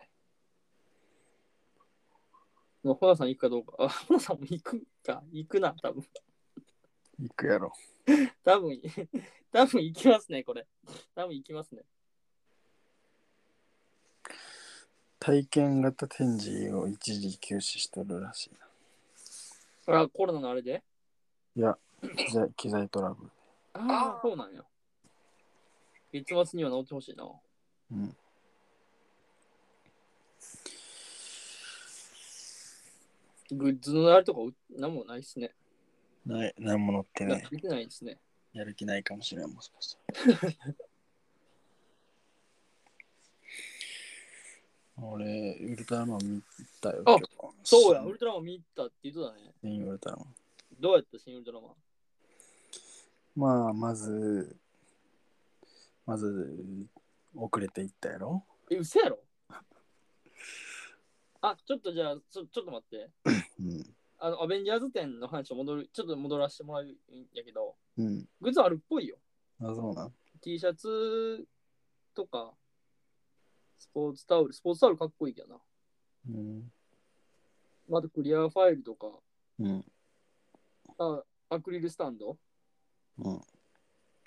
まあ、ほなさん行くかどうか。あ、ほなさんも行くか。行くな、多分。行くやろ。多分、 多分行きますね、これ。多分行きますね。体験型展示を一時休止しとるらしいあ、コロナのあれでな。 機材機材トラブル。ああ、そうなんや。月末には治ってほしいな。うん。グッズのあれとかうなんもないっすね。ない、何も乗ってなない。見てないですね。やる気ないかもしれん、もしかした ら。俺、ウルトラマン見たよ。今あ日そうや、ウルトラマン見たって言うとだね。新ウルトラマン。どうやった、新ウルトラマン。まあ、まず、まず、遅れていったやろ。え、嘘やろあ、ちょっとじゃあ、ちょちょっと待って。うん。あの、アベンジャーズ展の話を戻る、ちょっと戻らせてもらうんやけど、うん。グッズあるっぽいよ。あ、そうなん。 T シャツとか、スポーツタオル、スポーツタオルかっこいいけどな。うん。まああとクリアファイルとか、うん。あアクリルスタンドうん。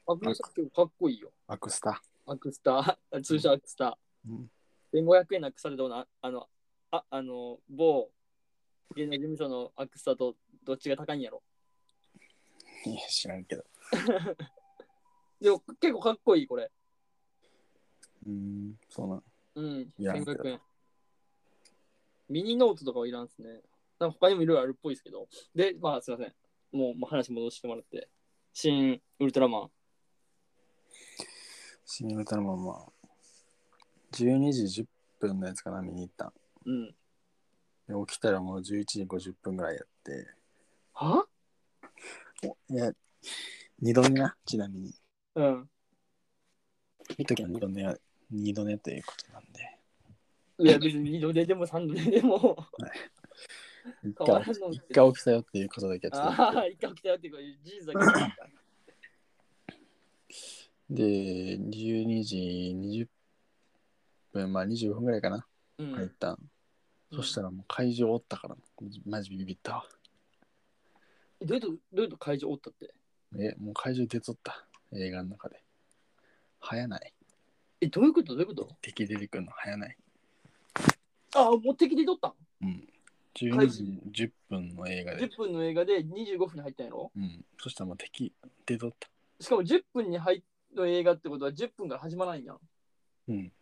アクリルスタンド結構かっこいいよ。アクスタ。アクスター、 通称アクスター。うん。 1500円なくされたな、あの、ああの、某芸能事務所のアクスタとどっちが高いんやろ。いや知らんけど。でも結構かっこいい、これ。うん。そうなん。うん、いらんけど1500円。ミニノートとかはいらんっすね。なんか他にもいろいろあるっぽいですけど。で、まあすいません。もうもう話戻してもらって。新ウルトラマン。新ウルトラマンは、12時10分のやつかな、見に行ったん。うん。で起きたらもう11時50分ぐらいやって。はおいや、二度寝な、ちなみに。うん。見ときは二度寝や、二度寝ということなんで。いや、別に2度ででも3度ででも。 一変わ回らんの一回起きたよっていうことだけやってあたあ、一回起きたよっていうか事実だけど。 で、12時20分、まあ25分ぐらいかな、うん。入ったん。そしたらもう会場おったから、マジビビったわ。うんどういうとどういうと会場おったって。え、もう会場出とった、映画の中で。早ない。え、どういうことどういうこと敵出てくるの早ない。ああ、もう敵で撮ったんうん。12時10分の映画で。 ?10 分の映画で25分に入ったんやろうん。そしたらもう敵出とった。しかも10分に入っの映画ってことは10分から始まらんやん。うん。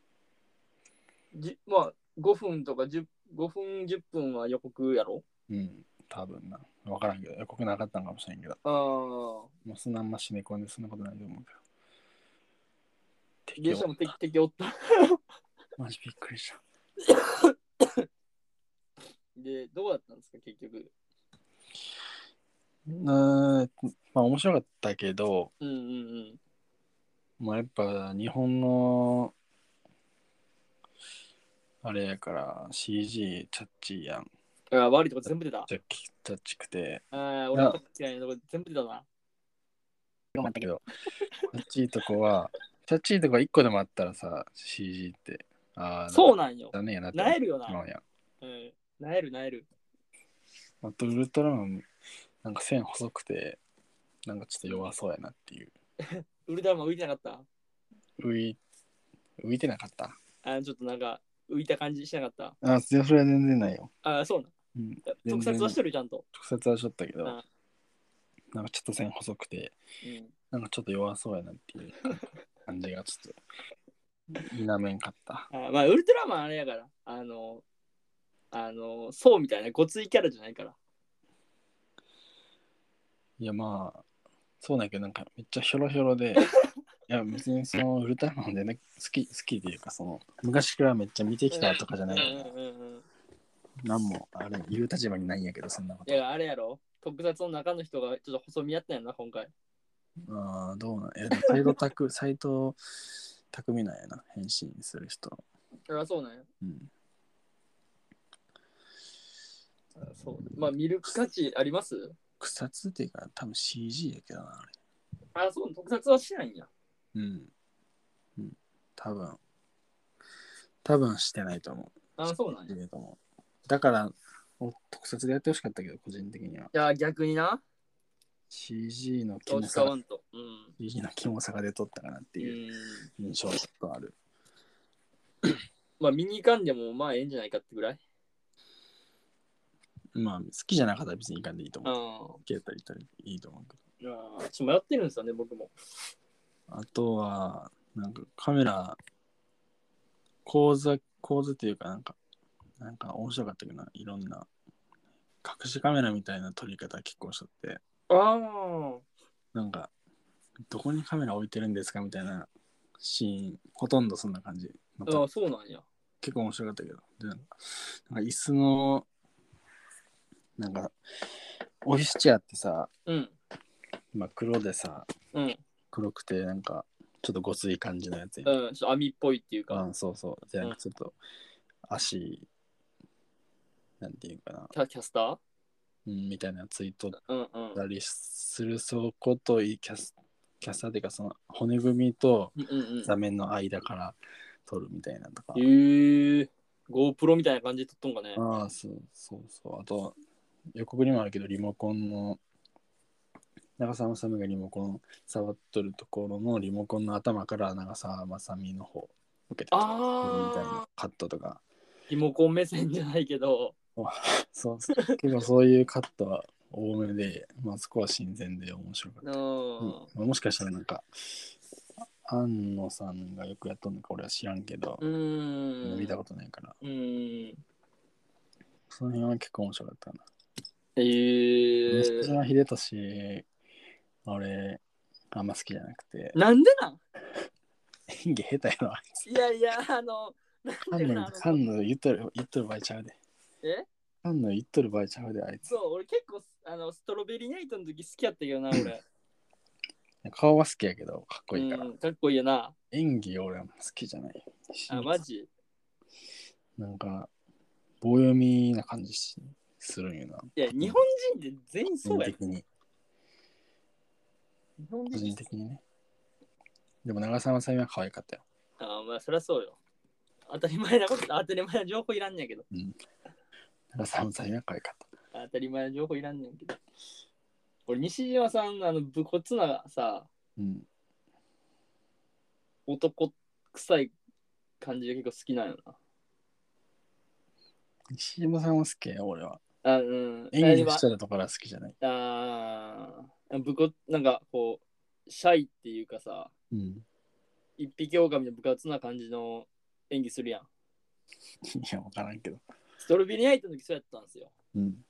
じまあ、5分とか10 5分10分は予告やろうん。多分な。わからんけど、予告なかったんかもしれんけど。ああ。もうそんなあんましね込んでそんなことないと思うけど。敵で、しかをも敵敵おった。マジびっくりした。で、どうだったんですか、結局。うーんまあ面白かったけど、うんうんまあやっぱ日本のあれやから CG チャッチやん。うん。ああ悪いとこ全部出た。あチャッチチャッチくて。あ、俺の嫌いなとこ全部出たな。よかったけど、チャッチいとこは、チャッチいとこは1個でもあったらさ、CG って。ああ、そううなんよ。だねやなってなえるよな。思うやん。うん。なえるなえる。あとウルトラマン、なんか線細くて、なんかちょっと弱そうやなっていう。ウルトラマン浮いてなかった浮い浮いてなかったあーちょっとなんか浮いた感じしなかった。あ、それは全然ないよ。あーそううん、な全然ん。特撮はしてるちゃんと。直接はしょったけど、うんなんかちょっと線細くて、うん、なんかちょっと弱そうやなっていう感じがちょっと、否めんかった。あーまあ、ウルトラマンあれやから、あの、あの、そうみたいなごついキャラじゃないから。いや、まあ、そうなんやけど、なんかめっちゃひょろひょろで、いや、別にそのウルトラマンでね、好き、好きっていうか、その、昔からめっちゃ見てきたとかじゃうなんういんから、うんうん。なんも、あれ、言う立場にないんやけど、そんなことい。や、あれやろ。特撮の中の人がちょっと細身やったんやな、今回。ああ、どうなんえ、斎藤拓、斎藤匠なんやな、返信する人。あらそうなんや。うん。そう。まあ、見る価値あります草津っていうか、多分 CG やけどな、ああ、そう、特撮はしないんや。れ。うん。うん。多分。多分してないと思う。あ、そうなんや。いだと思う。だから、お特撮でやってほしかったけど、個人的には。や、逆にな。 CG のキどうモ使さわが、んと。うん。 CG のキモさが出とったかなってう、いうん印象がちょっとある。まあ、見に行かんでも、まあ、ええんじゃないかってぐらい。まあ、好きじゃなかったら別にいかんでいいとあ思う。あ消えたりしたりいいと思うけど。いやー。ちょっと迷ってるんですよね、僕も。あとは、なんかカメラ、構図は、構図っていうかなんか、なんか面白かったけどな、いろんな、隠しカメラみたいな撮り方結構しとって、ああ。なんか、どこにカメラ置いてるんですかみたいなシーン、ほとんどそんな感じのああ、そうなんや。結構面白かったけど、でなんか、なんか椅子の、なんか、オフィスチェアってさ、うん。まあ、黒でさ、うん。黒くてなんか、ちょっとごつい感じのやつやんうん、ちょっと網っぽいっていうか、あそうそう。じゃあ、ちょっと、足、なんていうかな、キャキャスターうん、みたいなツイートっうんうん。たりする、そこと、いキャス、キャスターっていうか、その、骨組みとうんうん座面の間から撮るみたいなとかうん。。へえー。GoPro みたいな感じで撮っとんかね。ああ、そうそうそう。あと、予告にもあるけど、リモコンの、長澤まさみがリモコン触っとるところのリモコンの頭から長澤まさみの方向けて撮るみたいああな。カットとか。リモコン目線じゃないけど。そうそう結構そういうカットは多めで、まあ、そこは親善で面白かっうん。た、うんまあ、もしかしたらなんか安野さんがよくやっとんのか俺は知らんけどう、ん。見たことないからうん。その辺は結構面白かったなえ西ー、島秀俊俺あんま好きじゃなくてなんでなん演技下手やろあいいやいや、あの、つなん菅で野なに菅野言っとる言っとる場合ちゃうでえ菅野言っとる場合ちゃうであいつそう、俺結構あのストロベリーナイトの時好きやったけどな、俺。かっ顔は好きやけどかっこいいから、うん。かっこいいよな。演技俺は好きじゃないあ、マジなんか、棒読みな感じしするんよな。いや、日本人って全員そ個う人や。的に。日本個人人的にね。でも、長澤まさみは可愛かったよ。ああ、まあ、そりゃそうよ。当たり前なこと、当たり前な情報いらんねんけど。長澤まさみは可愛かっ当たり前な情報いらんねんけど。俺、西島さんのあの、武骨なさ、た。うん。男臭い感じが結構好きなんよな。西島さんは好きや、俺は。あうん。演技の人だところは好きじゃない。ああ、武骨、なんかこう、シャイっていうかさ、うん。 一匹狼の武骨な感じの演技するやん。いや、わからんけど。ストロベリーナイトの時そうやったんですよ。うん。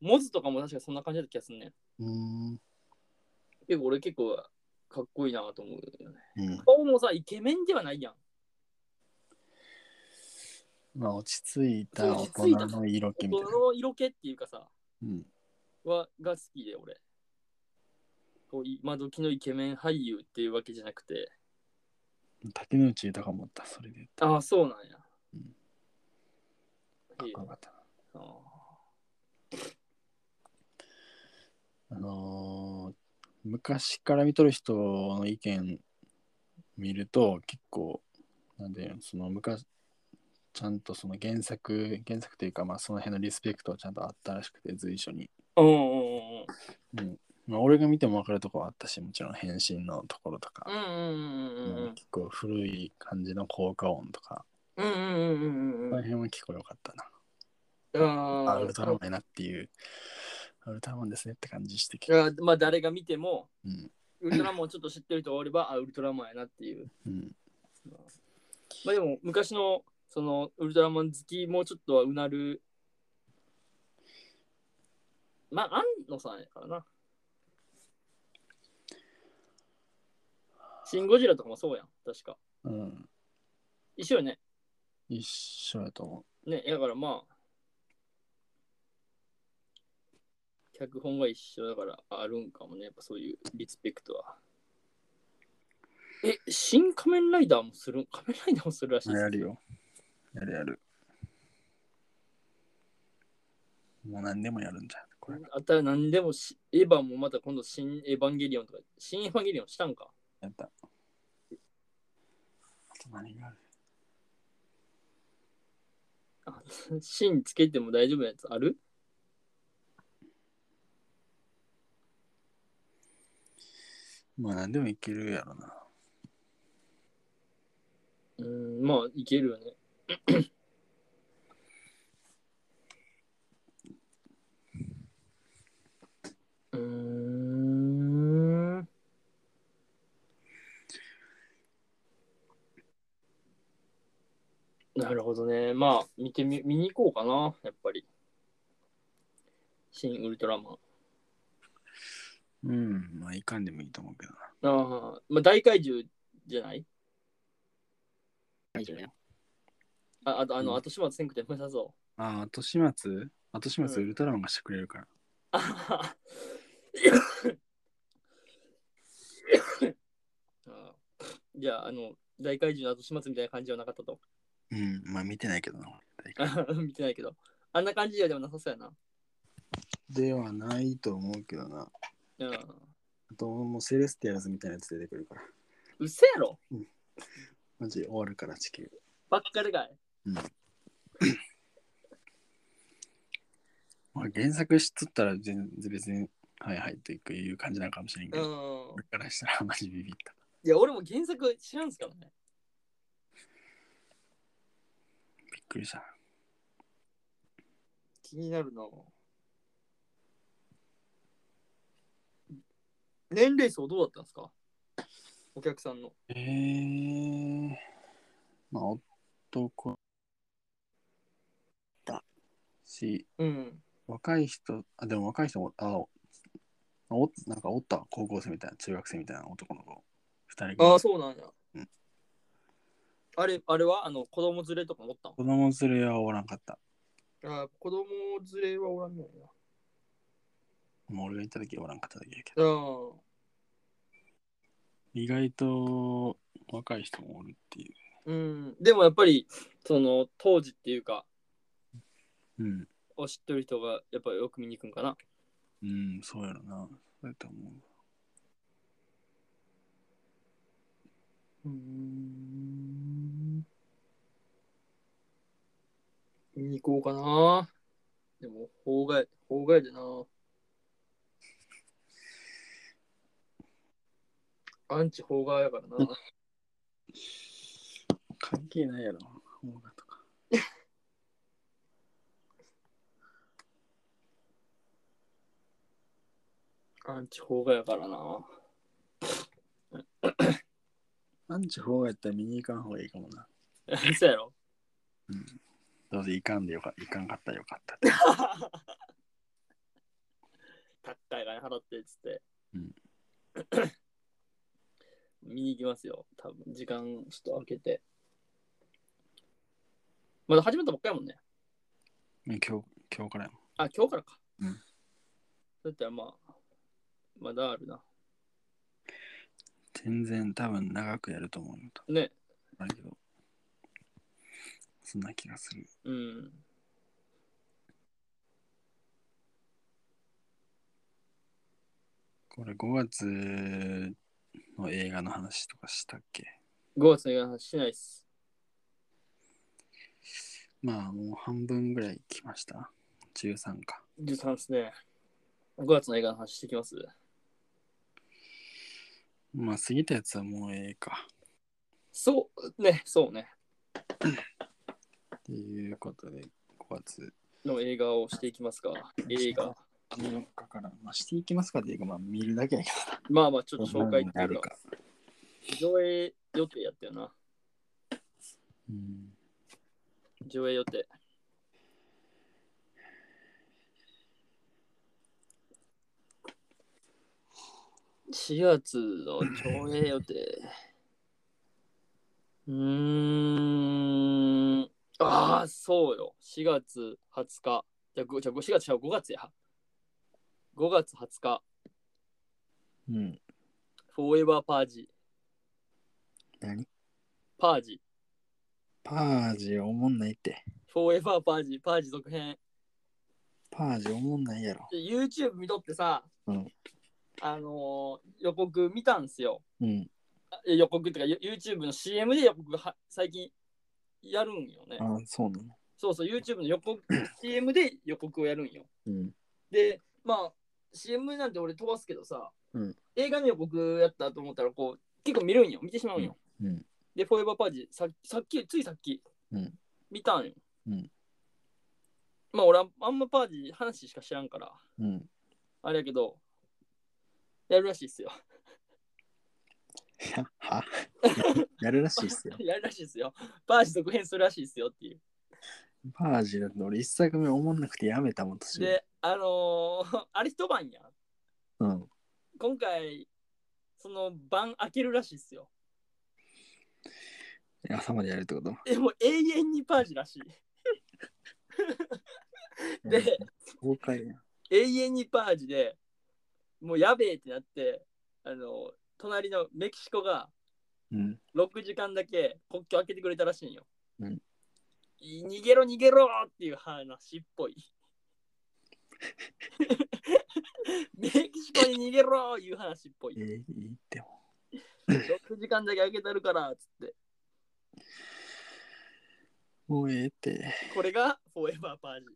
モズとかも確かそんな感じだった気がすんねん。うーん。結構俺結構かっこいいなと思うよね。うん。顔もさ、イケメンではないやん。まあ、落ち着いた落大ち着いた人の色気みたいなそ。の色気っていうかさ、うん。はが好きで俺。こう今時のイケメン俳優っていうわけじゃなくて。竹野内豊もおった、それで。ああ、そうなんや。うんいかっいこよよかったな。あああのー昔から見とる人の意見見ると結構なんでその昔ちゃんとその原作原作というかまあその辺のリスペクトはちゃんとあったらしくて随所に、うんうんうんうんまあ、俺が見ても分かるとこはあったしもちろん変身のところとうか、んうんうんうん結構古い感じの効果音とか、うんうんうんうんこうのん辺は結構良かったな、うんあウルトラマンやなっていうウルトラマンですねって感じしてきあまあ誰が見てもうんウルトラマンをちょっと知ってる人がおればあウルトラマンやなっていううんまあでも昔のそのウルトラマン好きもちょっとはうなるまあ安野さんやからなシン・ゴジラとかもそうやん確かうん一緒よね一緒やと思うねだからまあ脚本が一緒だからあるんかもねやっぱそういうリスペクトはえ新仮面ライダーもする仮面ライダーもするらしいっすやるよ。やるやる。もう何でもやるんじゃん。これあったら何でもし、エヴァもまた今度新エヴァンゲリオンとか、新エヴァンゲリオンしたんか。 やった。あと何があるあ新つけても大丈夫なやつあるまあ何でもいけるやろな。うん、まあ、いけるよね。 うーん。なるほどね。まあ、見てみ、見に行こうかな、やっぱり。新ウルトラマン。うん、まあいかんでもいいと思うけどな。ああ、まあ、大怪獣じゃない大丈夫よ。あ、あと、あうの、ん後始末せんくても良さそう。ああ、後始末後始末ウルトラマンがしてくれるから。あははあじゃあ、あの、大怪獣の後始末みたいな感じはなかったと。 うん、まあ見てないけどな。あ見てないけど。あんな感じではなさそうやな。ではないと思うけどな。うん。あともうセレスティアルズみたいなやつ出てくるから。うっせやろマジ終わるから地球。ばっかりかい。まあ原作しとったら全然別にはいはいという感じなのかもしれんけうど、ん俺。からしたらマジビビった。いや、俺も原作知らんすからね。びっくりした。気になるな。年齢層どうだったんですかお客さんの。えー、まあ男だし、うん。若い人、あ、でも若い人も、あ、おおなんかおったわ高校生みたいな、中学生みたいな男の子、二人ぐらいああ、そうなんや。うんあれ、あれはあの子供連れとか持ったの子供連れはおらんかった。あー子供連れはおらんのやな。もう俺が行った時はおらんかっただけやけど。うん。意外と若い人もおるっていうん、でもやっぱりその当時っていうかう。うん。を知ってる人がやっぱよく見に行くんかなうん、そうやろな。そうやと思う。うん見に行こうかなでも法外法外でなアンチ法外やからな関係ないやろ。音楽とか。アンチ法外やからなアンチ方がやったら見に行かん方がいいかもな。そうやろどうせ行かんでよか行かんかったらよかったって。高い金払ってっつって、うん 見に行きますよ多分時間ちょっと空けてまだ始まったばっかりやもんね今日、今日からやもんあ今日からか、うんだったらまあまだあるな全然多分長くやると思うんだ。ねだけど。そんな気がする。うんこれ5月の映画の話とかしたっけ5月の映画の話しないっすまあもう半分ぐらい来ました。13か。 13っすね5月の映画の話してきますまあ過ぎたやつはもうええか。そうねそうねっていうことで、5月。の映画をしていきますか映画14日から、まあ、していきますかっていうか、まあ見るだけやけまあまあちょど。っと紹介ってあいうるかか。上映予定やったよなうん。上映予定4月の上映予定うーんああそうよ4月20日じゃあごじゃあご4月じゃあ5月や5月20日うん。フォーエバーパージ何パージパージおもんないって。フォーエバーパージパージ続編パージおもんないやろ。で YouTube 見とってさ、うんあのー予告見たんすよ。うん。あえ予告っていうか、ゆ YouTube の CM で予告は最近やるんよね。あそうなの。そうそう、YouTube の予告、CM で予告をやるんよ。うん。で、まあ、CM なんて俺飛ばすけどさ、うん映画の予告やったと思ったら、こう、結構見るんよ。見てしまうんよ。うん。で、フォーエバーパージ、ささっき、ついさっき、うん見たんよ。うんまあ、俺は、あんまパージ話しか知らんから、うん。あれやけど、やるらしいっすよ。 ははやるらしいっすよ。やるらしいっすよ。パージ続編するらしいっすよっていう。パージだって俺一作目おもんなくてやめたもん年上。で、あのー あれ一晩やん。うん。今回、その晩開けるらしいっすよ。朝までやるってことえ、もう永遠にパージらしい。 で、公開や。永遠にパージでもうやべえってなってあの隣のメキシコがうん。 6時間だけ国境開けてくれたらしいんよ、うんい逃げろ逃げろっていう話っぽい メキシコに逃げろいう話っぽいええいいっても。 6時間だけ開けてるからっつってもうええって。これがフォーエバーパージ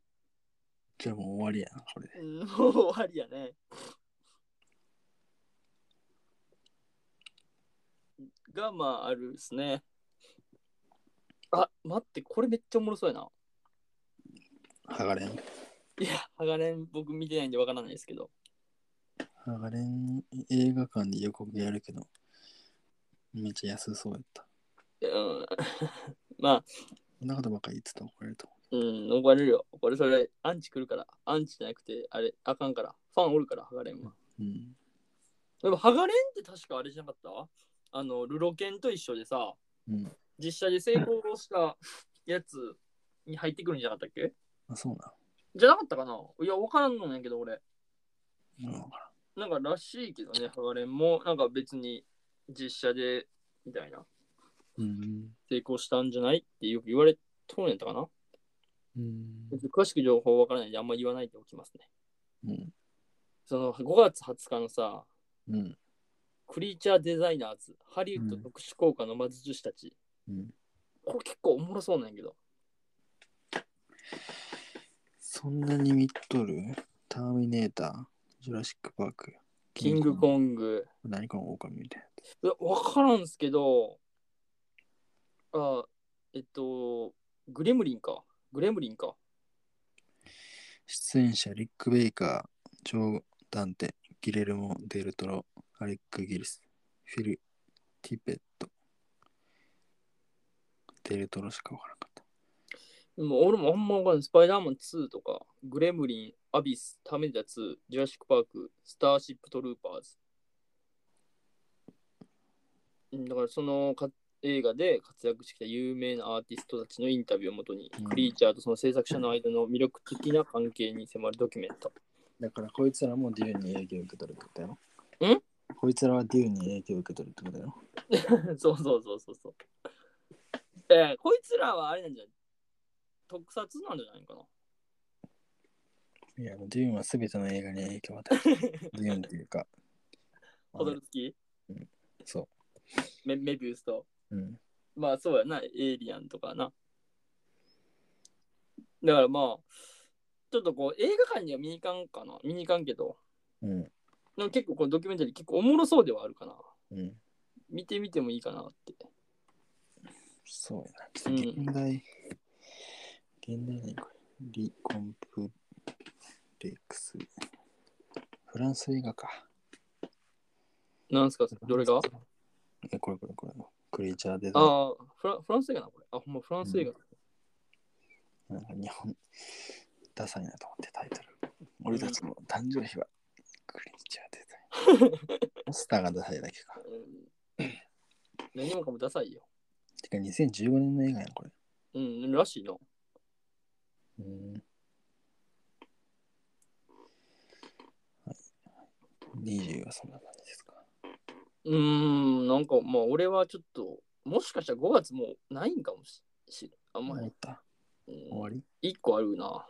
じゃあもう終わりやな、これ。うんもう終わりやね。が、まあ、あるですね。あ、待って、これめっちゃおもろそうやな。剥がれん。いや、ハガレン僕見てないんでわからないですけど。剥がれん映画館で予告やるけど、めっちゃ安そうやった。うん、 まあ、こんなことばっかり言ってたら怒られると思うん、怒られるよ。これそれ、アンチ来るから。アンチじゃなくて、あれ、あかんから。ファンおるから、ハガレンは。う。うん。でも、ハガレンって確かあれじゃなかったあの、ルロケンと一緒でさ、うん。実写で成功したやつに入ってくるんじゃなかったっけあ、そうな。じゃなかったかないや、わからんのやけど、俺。うん。なんからしいけどね、ハガレンも、なんか別に実写で、みたいな、うん。成功したんじゃないってよく言われとんやったかなうん。別に詳しく情報わからないんで、あんま言わないでおきますね。うん。その、5月20日のさ、うん。クリーチャーデザイナーズ、ハリウッド特殊効果の魔術師たち。うん。これ結構おもろそうなんやけど。そんなに見っとるターミネーター、ジュラシック・パーク、キングコン。ング。何この狼みたいな。いやわからんすけど、あ、えっと、グレムリンか。グレムリンか。出演者、リック・ベイカー、ジョー・ダンテ、ギレルモ・デルトロ、アレック・ギリス、フィル・ティペット。デルトロしかわからなかった。もう俺もあんまわかんない。スパイダーマン2とか、グレムリン、アビス、ターミネーター2、ジュラシック・パーク、スターシップ・トルーパーズ。うんだからそのか映画で活躍してきた有名なアーティストたちのインタビューをもとに、うんクリーチャーとその制作者の間の魅力的な関係に迫るドキュメント。 だからこいつらもデューに影響を受け取るってことよ。んこいつらはデューに影響を受け取るってことよ。そうそうそうそうそう。えーこいつらはあれなんじゃない特撮なんじゃないかな。いや、デューンは全ての映画に影響を与え る。デューンっていうか。ホドルツキそーメメビウスと。う。うん。まあそうやな、エイリアンとかな。だからまあ、ちょっとこう映画館には見に行かんかな。見に行かんけど、うん。でも結構このドキュメンタリー結構おもろそうではあるかな。うん。見てみてもいいかなって。そうやな。ちょっと現代、現代ね、これ。リコンプレックス。フランス映画か。なんすか、どれがえ、これこれこれ。クリーチャーデザイン。ああフラ、フランス映画な、これ。あ、ほんまフランス映画。なんか日本、ダサいなと思ってタイトル。俺たちの誕生日はクリーチャーデザ イン。ポスターがダサいだけか。うん何もかもダサいよ。てか2015年の映画やん、これ。うん、らしいな。うん。はい。20はそんな感じですか。うーん、なんかまあ俺はちょっと、もしかしたら5月もうないんかもしれん。あんま終わりっ。た。う終わり1個あるな。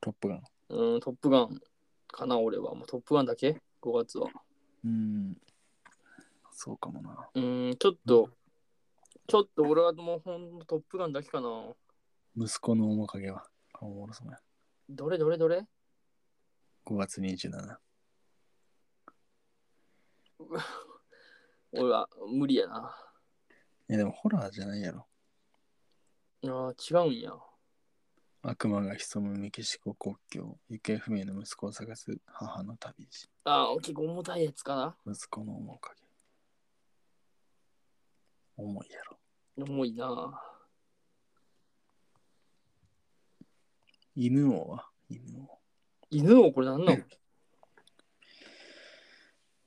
トップガン。うん、トップガンかな、俺は。もうトップガンだけ ?5 月は。うん。そうかもな。うん、ちょっと、ちょっと俺はもうほんとトップガンだけかな。息子の面影は。おもろそうや。どれどれどれ5月27。俺は無理やな。え、でもホラーじゃないやろ。ああ、違うんや。悪魔が潜むメキシコ国境。行方不明の息子を探す母の旅路。ああ、結構重たいやつかな。息子の面影。重いやろ。重いな。犬王は犬王。犬をこれなんなの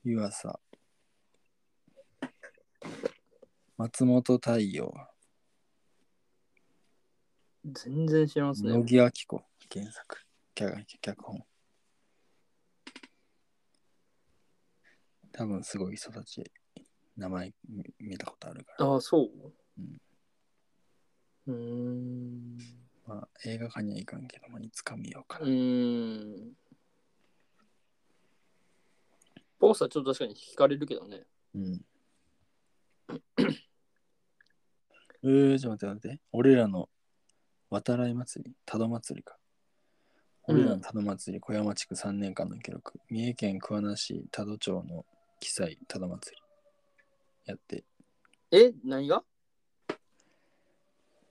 湯浅。松本太陽。全然知らんっす乃ね。木明子。原作。脚脚本。多分すごい人たち。名前見見たことあるから。ああ、そううん。うーん。まあ、映画館にはいかんけど、まあ、いつか見ようかうな。ーん。ポスターちょっと確かに惹かれるけどね。うん。えー、ちょっと待って待って。俺らの渡来祭り、多度祭りか。うん俺らの多度祭り、小山地区3年間の記録。三重県桑名市多度町の記載、多度祭り。やって、え何が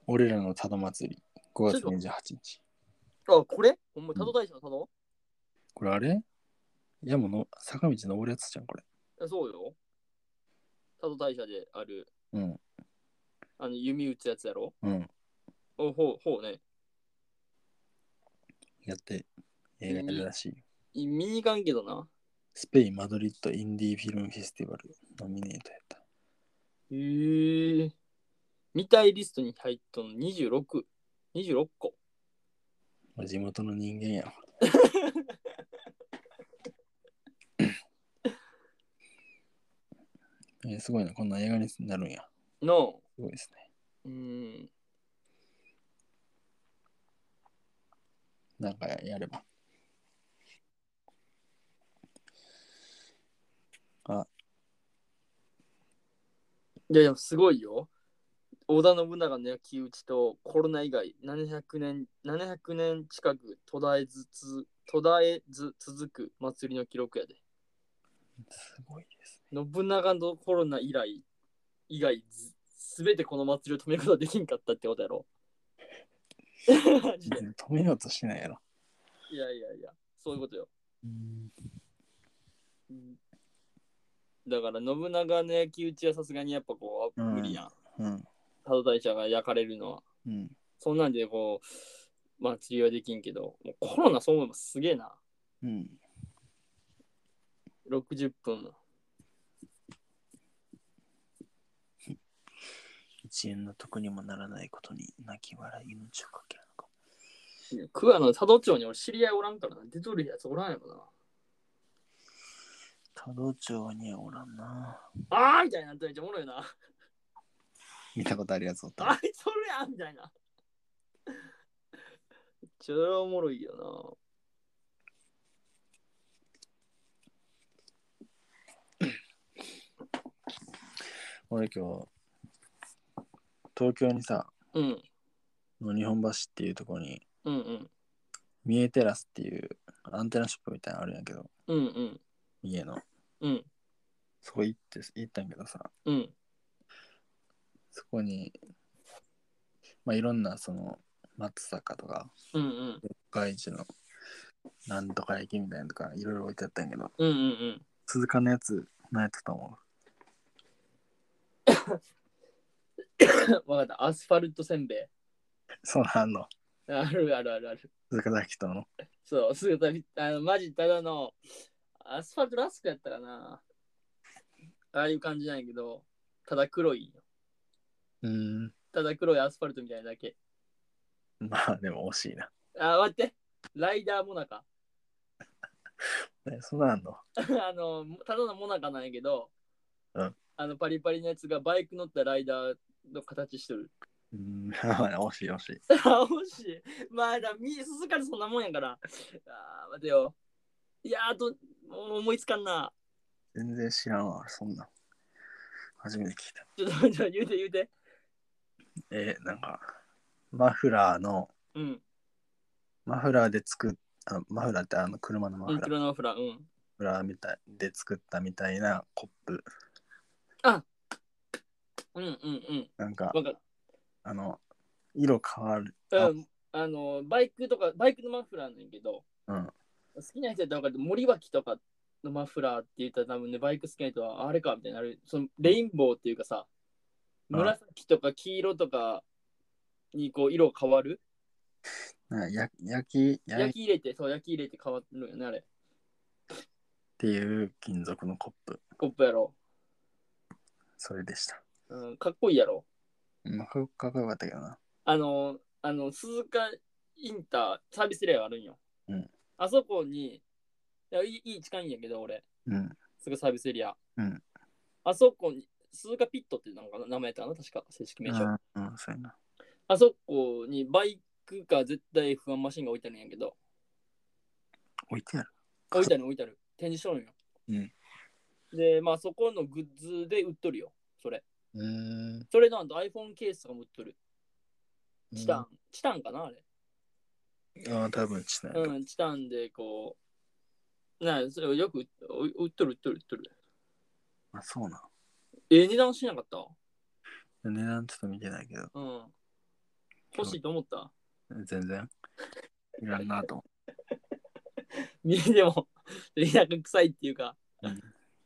俺らの多度祭り、5月28日。あ、これほんま、多度大社の多度、これあれ山の坂道登るやつじゃん、これ。えそうよ。多度大社である、うん、あの、弓打つやつやろうん。おほう、ほうね。やって、映画やるらしい。い見に行かんけどな。スペイン・マドリッド・インディー・フィルム・フェスティバル、ノミネートやった。へえ。見たいリストに入ったの26。26個。まあ地元の人間や わ。えーすごいな、こんな映画になるんや。の、すごいですね。うーん。なんかやれば。いやいや、すごいよ。織田信長の焼き討ちとコロナ以外700年 ,700 年近く途絶えずつ途絶えず続く祭りの記録やで。すごいです信長のコロナ以来以外ずすべてこの祭りを止めることはできんかったってことやろ。マジでね。止めようとしないやろ。いやいやいや、そういうことよ。だから信長の焼き討ちはさすがにやっぱこううん無理やん。うん。佐渡大社が焼かれるのは。うん。そんなんでこう、祭りはできんけど、もうコロナそう思えばすげえな。うん。 60分。一円の得にもならないことに泣き笑い命をかけるのか。桑野佐渡町に俺知り合いおらんからな。出とるやつおらんやろな。多動町にはおらんな。あーみたいな。めっちゃおもろいな。見たことあるやつおったあわ。いつおるやんみたいな。めっちゃおもろいよ俺今日、東京にさ、な。うん。の日本橋っていうところに、うんうん。三重テラスっていうアンテナショップみたいなのあるんやけどうんうん。家のうんそこ行って行ったんやけどさうん。そこにまあいろんなその松坂とかうんうん。外地のなんとか焼きみたいなのとかいろいろ置いてあったんやけどうんうんうん。鈴鹿のやつ何やったと思わかった。アスファルトせんべい。うそうなんのあるあるあるある。鈴鹿大樹とのそう、すぐたび、あの、マジただの、アスファルトラスクやったかな。ああいう感じなんやけど、ただ黒いんよ。うんただ黒いアスファルトみたいなだけ。まあでも惜しいなあ、待って。ライダーモナカ。えそうなんの あの、ただのモナカなんやけど、うんあの、パリパリのやつがバイク乗ったライダーの形しとる。 うん、惜しい惜しい。あ、惜しい。まあ、だみ鈴鹿でそんなもんやから。あー待てよ。いやー、あと、もう思いつかんな。全然知らんわ、そんなん。初めて聞いた。ちょっと、じゃ言うて言うて。えーなんか、マフラーの、うん。マフラーで作っあマフラーってあの車のマうフん、ラークマロノフラ、うん。フラーみたいで作ったみたいなコップ。うんうんうん。なんか、わかあの、色変わる。る。うん。あの、バイクとか、バイクのマフラーなんやけど、うん。好きな人やったら分かる。森脇とかのマフラーって言ったら多分ね、バイク好きな人は、あれかみたいになる。その、レインボーっていうかさ、うん紫とか黄色とかにこう、色変わる。なんかや焼き、焼き焼き入れて、そう、焼き入れて変わるよね、あれ。っていう金属のコップ。コップやろ。それでした。うん、かっこいいやろ。まあ、かかっこよかったけどな。あの、あの、鈴鹿インター、サービスエリアがあるんよ。うんあそこに、いやいいいい近いんやけど、俺、うん。すぐサービスエリア。うんあそこに、鈴鹿ピットってなんかな名前やったかな、確か、正式名称。うん、うん、そうやな。あそこにバイクか絶対不安マシンが置いてあるんやけど、置いてある。置いてある置いてある。展示しとるんよ。うんで、まあそこのグッズで売っとるよ、それ。うん。それのあと iPhone ケースとかも売っとる。チタン、チタンかな、あれ。ああ、多分チタンやと。うん、チタンでこう、なあそれをよくお売っとる売っとる売っとる。あ、そうな。ええ値段しなかった値段ちょっと見てないけど、うん。欲しいと思った全然。いらんなと思って。 見えても、田舎臭いっていうか、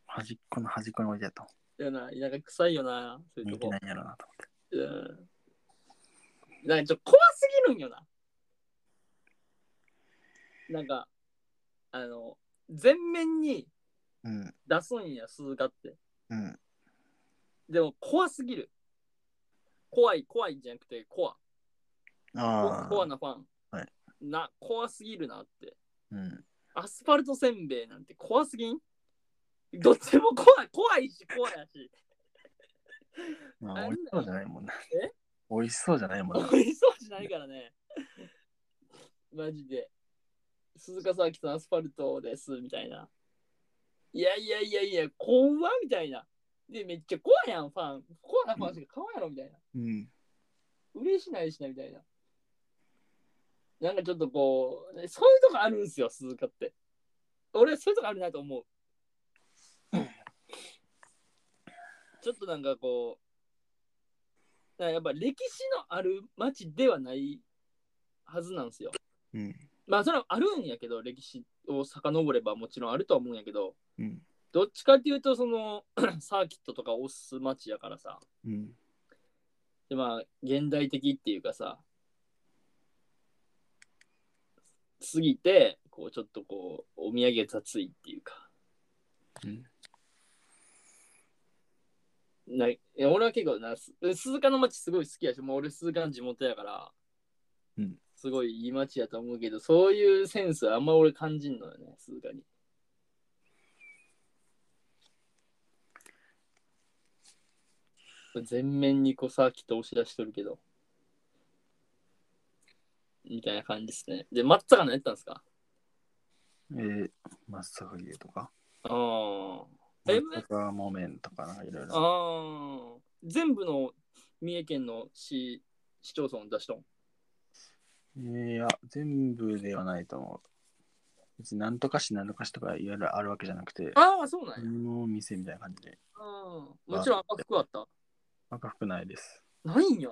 端っこの端っこに置いてあった。だよな田舎臭いよな、そうい向ういてとこな。いんやろなと思って。うん。なんかちょっと怖すぎるんよな。なんか、あの、全面にうん。出すんや、鈴鹿って。うん。でも怖すぎる。怖い、怖いじゃなくて、怖。ああ。コアなファン、はいな怖すぎるなってうん。アスファルトせんべいなんて怖すぎんどっちも怖い怖いし怖いやしまああ、ん美味なしそうじゃないもんな。え美味しそうじゃないもんな。美味しそうじゃないからね マジで鈴鹿サーキットのアスファルトですみたいないやいやいやいや怖っみたいなでめっちゃ怖いやんファン怖なファンしか買わんやろみたいなうん。嬉しないしなみたいななんかちょっとこうそういうとこあるんすよ鈴鹿って俺はそういうとこあるなと思うちょっとなんかこうなんかやっぱ歴史のある街ではないはずなんですようん。まあそれはあるんやけど歴史を遡ればもちろんあるとは思うんやけどうん。どっちかっていうとその サーキットとか押す街やからさうん。でまあ現代的っていうかさすぎてこうちょっとこうお土産がついっていうかうんないや俺は結構なす鈴鹿の街すごい好きやしもう俺鈴鹿の地元やから、うんすごいいい街やと思うけどそういうセンスはあんま俺感じんのよね鈴鹿に全面にこうサーキット押し出しとるけどみたいな感じですねで松坂何やったんですかえー、松坂牛とか、ああ。え松坂木綿とか、なんかいろいろ。ああ。全部の三重県の市市町村出しとん。いや、全部ではないと思う。別に何とかし何とかしとかいろいろあるわけじゃなくて、ああ、そうなこんや。の店みたいな感じで、あーもちろん赤服あった。赤服ないです。ないんや。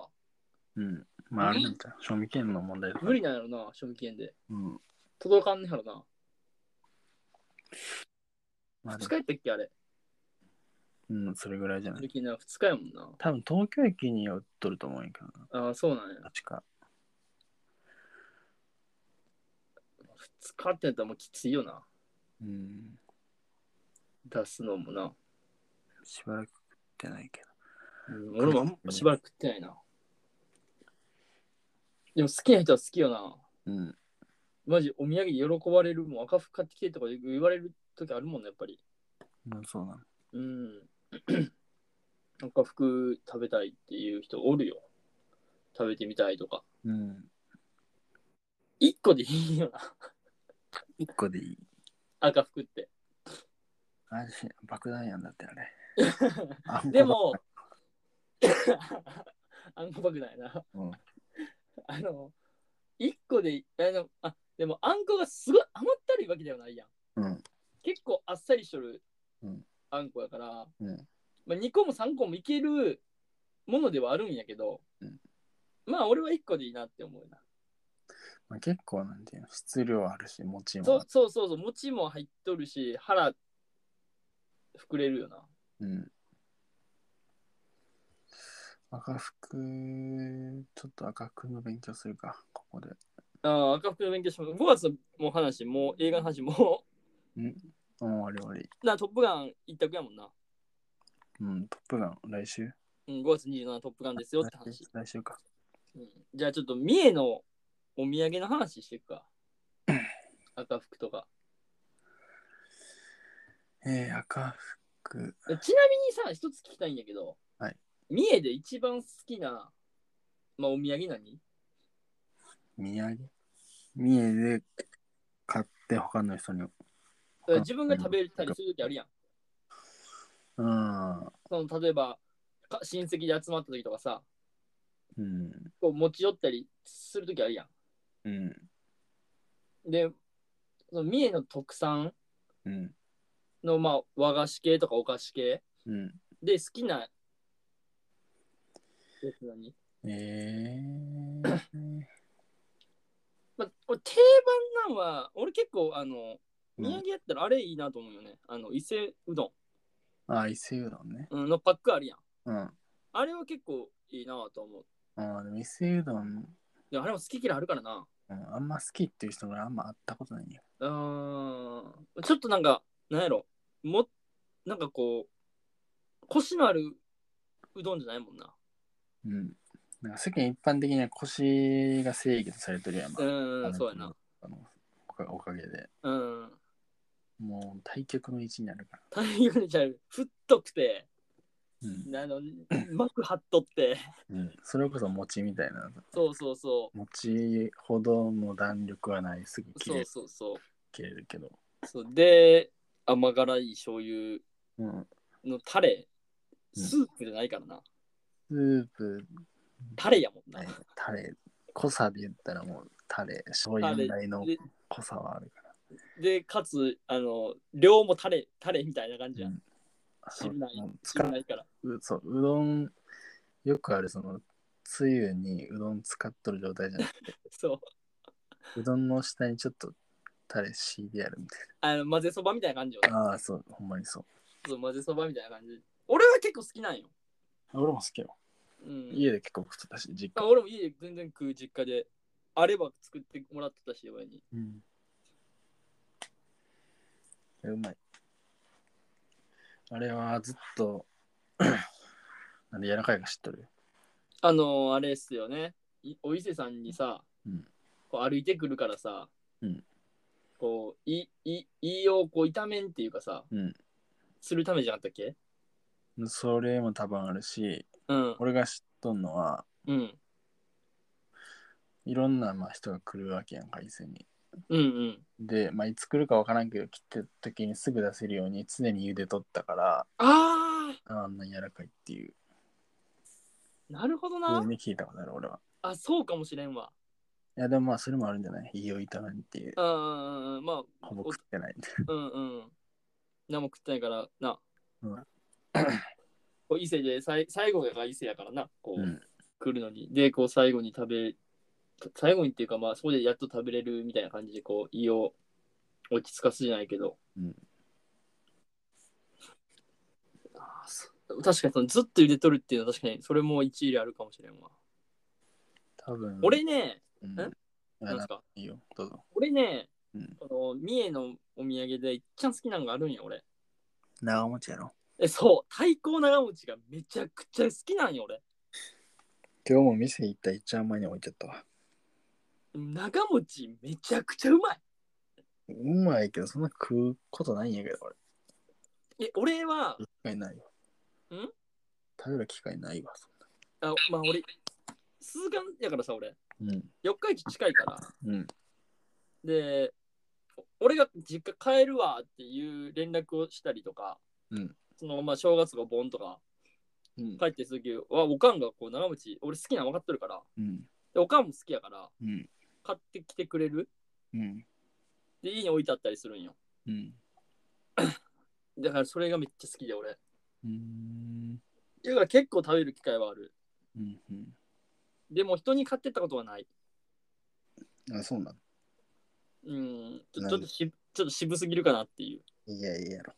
うん。まあ、あうんれなんか、賞味期限の問題とか。無理なんやろな、賞味期限で。うん。届かんねやろな。まあ2、日やったっけ、あれ。うん、それぐらいじゃな賞い。味期限な2日やもんな。多分東京駅には売っとると思うんやけどな、ああ、そうなんや。確か。 2日ってやったらもうきついよな。うん。出すのもな。しばらく食ってないけど。うん俺もあんましばらく食ってないな。でも好きな人は好きよな。うん。マジお土産喜ばれるもん赤服買ってきてとか言われる時あるもんねやっぱりうん、そうなの。うん赤服食べたいっていう人おるよ食べてみたいとか。うん。一個でいいよな。 1個でいい。赤服って。あれし爆弾やんだってあ れあんこでも、 あんこ爆弾やな。うんあの、一個で、あの、あ、でもあんこがすごい甘ったるいわけではないやん。うん結構あっさりしとるうんあんこやから、うんまあ、2個も3個もいけるものではあるんやけど、うんまあ俺は1個でいいなって思うな。まあ、結構なんていうの質量あるしもちそもうそうそうそう、餅も入っとるし、腹膨れるよな。うん赤服ちょっと赤服の勉強するかここでああ、赤服の勉強します。5月の話、もう映画の話、も うん終わり終わりう、な、トップガン一択やもんな。うんトップガン来週うん、5月27トップガンですよって来週来話。週かうん、じゃあちょっと三重のお土産の話していく か。赤服とか。えー、赤服ちなみにさ、一つ聞きたいんやけど、はい三重で一番好きな、まあ、お土産何宮城三重で買って他の人にだから自分が食べたりするときあるやん。うんその例えばか親戚で集まったときとかさ、うんこう持ち寄ったりするときあるやうんん。で、その三重の特産うんの、まあ、和菓子系とかお菓子系うんで好きなやつ何えー、まあ、俺定番なんは、俺結構、あの、うん土産やったらあれいいなと思うよね。あの、伊勢うどあ伊勢うどんねんうんのパックあるやん。うんあれは結構いいなと思う。ああ、でも伊勢うどん、でもあれも好き嫌いあるからな。うん、あんま好きっていう人があんま会ったことないよ。うーん。ちょっとなんか、なんやろ。も、なんかこう、コシのあるうどんじゃないもんな。うん。なんか世間一般的には腰が正義とされてるやん。まうあーん、そうやな。。あのおかおかげで。うん。もう対局の位置になるから。大変にちゃう。太くて、うん。あ の、膜張っとって。うん、それこそ餅みたいな。そうそうそ餅ほどの弾力はない。すぐう。切そうれそうそう。切れるけど。そうで甘辛い醤油うん。のタレうんスープじゃないからな、スープ、タレやもんな、ね、タレ、濃さで言ったらもうタレ、醤タ油レぐらいので濃さはあるから。でかつあの量もタレタレみたいな感じや、、うんん汁ないそううん使汁うないからうそううどんよくあるそのつゆにうどん使っとる状態じゃな くてそううどんの下にちょっとタレ敷いてやるみたいあの混ぜそばみたいな感じよななああそうほんまにそうそう混ぜそばみたいな感じ俺は結構好きなんよ、俺も好きようん、家で結構食ってたし実あ家、俺も家で全然食う実家であれば作ってもらってたし親にうん、うまいあれはずっと なんで柔らかいか知っとるあのーあれっすよね。いお伊勢さんにさ、うんこう歩いてくるからさ、うんこう、い、い、いいをこう、炒めんっていうかさ、うんするためじゃなかったっけそれも多分あるしうん。俺が知っとんのはうん。いろんなまあ人が来るわけやんか伊勢にうんうん。で、まあ、いつ来るか分からんけど切ってた時にすぐ出せるように常に茹でとったからああんな柔らかいっていうー、なるほどふなう。に聞いたことある俺はあ、そうかもしれんわ。いやでもまあそれもあるんじゃない胃を痛めんっていううんうんうんうん。まほぼ食ってないみたいなあ、うんうん。何も食ってないから、な。うんこう伊勢で、さい最後が伊勢やからな。こう、うん来るのに。で、こう最後に食べ、最後にっていうか、まあ、そこでやっと食べれるみたいな感じで、こう、胃を落ち着かすじゃないけど。うんあーそう確かにその、ずっと茹でとるっていうのは確かに、それも一理あるかもしれんわ。多分俺ね、うんいえなやんでなすかいいよどうぞ俺ね、うんこの三重のお土産でいっちゃん好きなのがあるんよ、俺。長持ちやろえ、そう、太鼓長持ちがめちゃくちゃ好きなんよ、俺。今日も店行ったら一番前に置いちゃったわ長持ちめちゃくちゃうまい。うまいけどそんな食うことないんやけど俺え、俺は、機会ないわん食べる機会ないわそんなあまあ俺、数巻やからさ、俺。うん。四日市近いから。うん。で、お俺が実家帰るわっていう連絡をしたりとか、うんそのまあ正月がボンとかうん帰ってすぐ、わおかんがこう長持俺好きなの分かってるから、うん。でおかんも好きやから、うん。買ってきてくれるうん。で、家に置いてあったりするんよ。うん。だからそれがめっちゃ好きで俺。うん。だから結構食べる機会はある。うん。でも人に買ってったことはない。あ、そうなのうん、ちょなんちょっとしちょっと渋すぎるかなっていう。いやいややろ。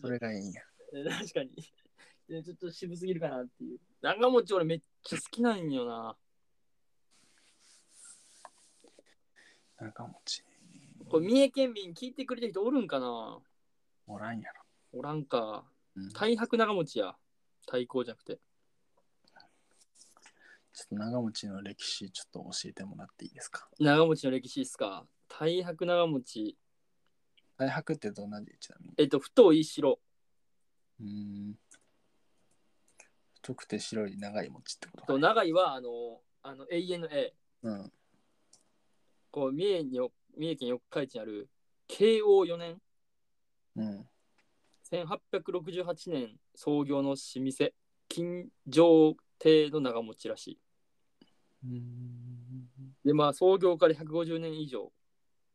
それがいいんや。え 確かに。えちょっと渋すぎるかなっていう。長持ち俺めっちゃ好きなんよな。長持ち。これ三重県民聞いてくれてる人おるんかなおらんやろ。おらんか。うん、ちょっ大白長持ちや。太鼓じゃなくて。と長持ちの歴史ちょっと教えてもらっていいですか長持ちの歴史っすか。大白長持ち。大白ってどんな字ちなみにえっと、太い白。うーん。太くて白い長い餅ってこととか。長いはあの、あの、永遠の A。うん。こう、三重によ三重県四日市にある慶応4年、うん。 1868年創業の老舗、金城亭の長持ちらしい。うん。でまあ創業から150年以上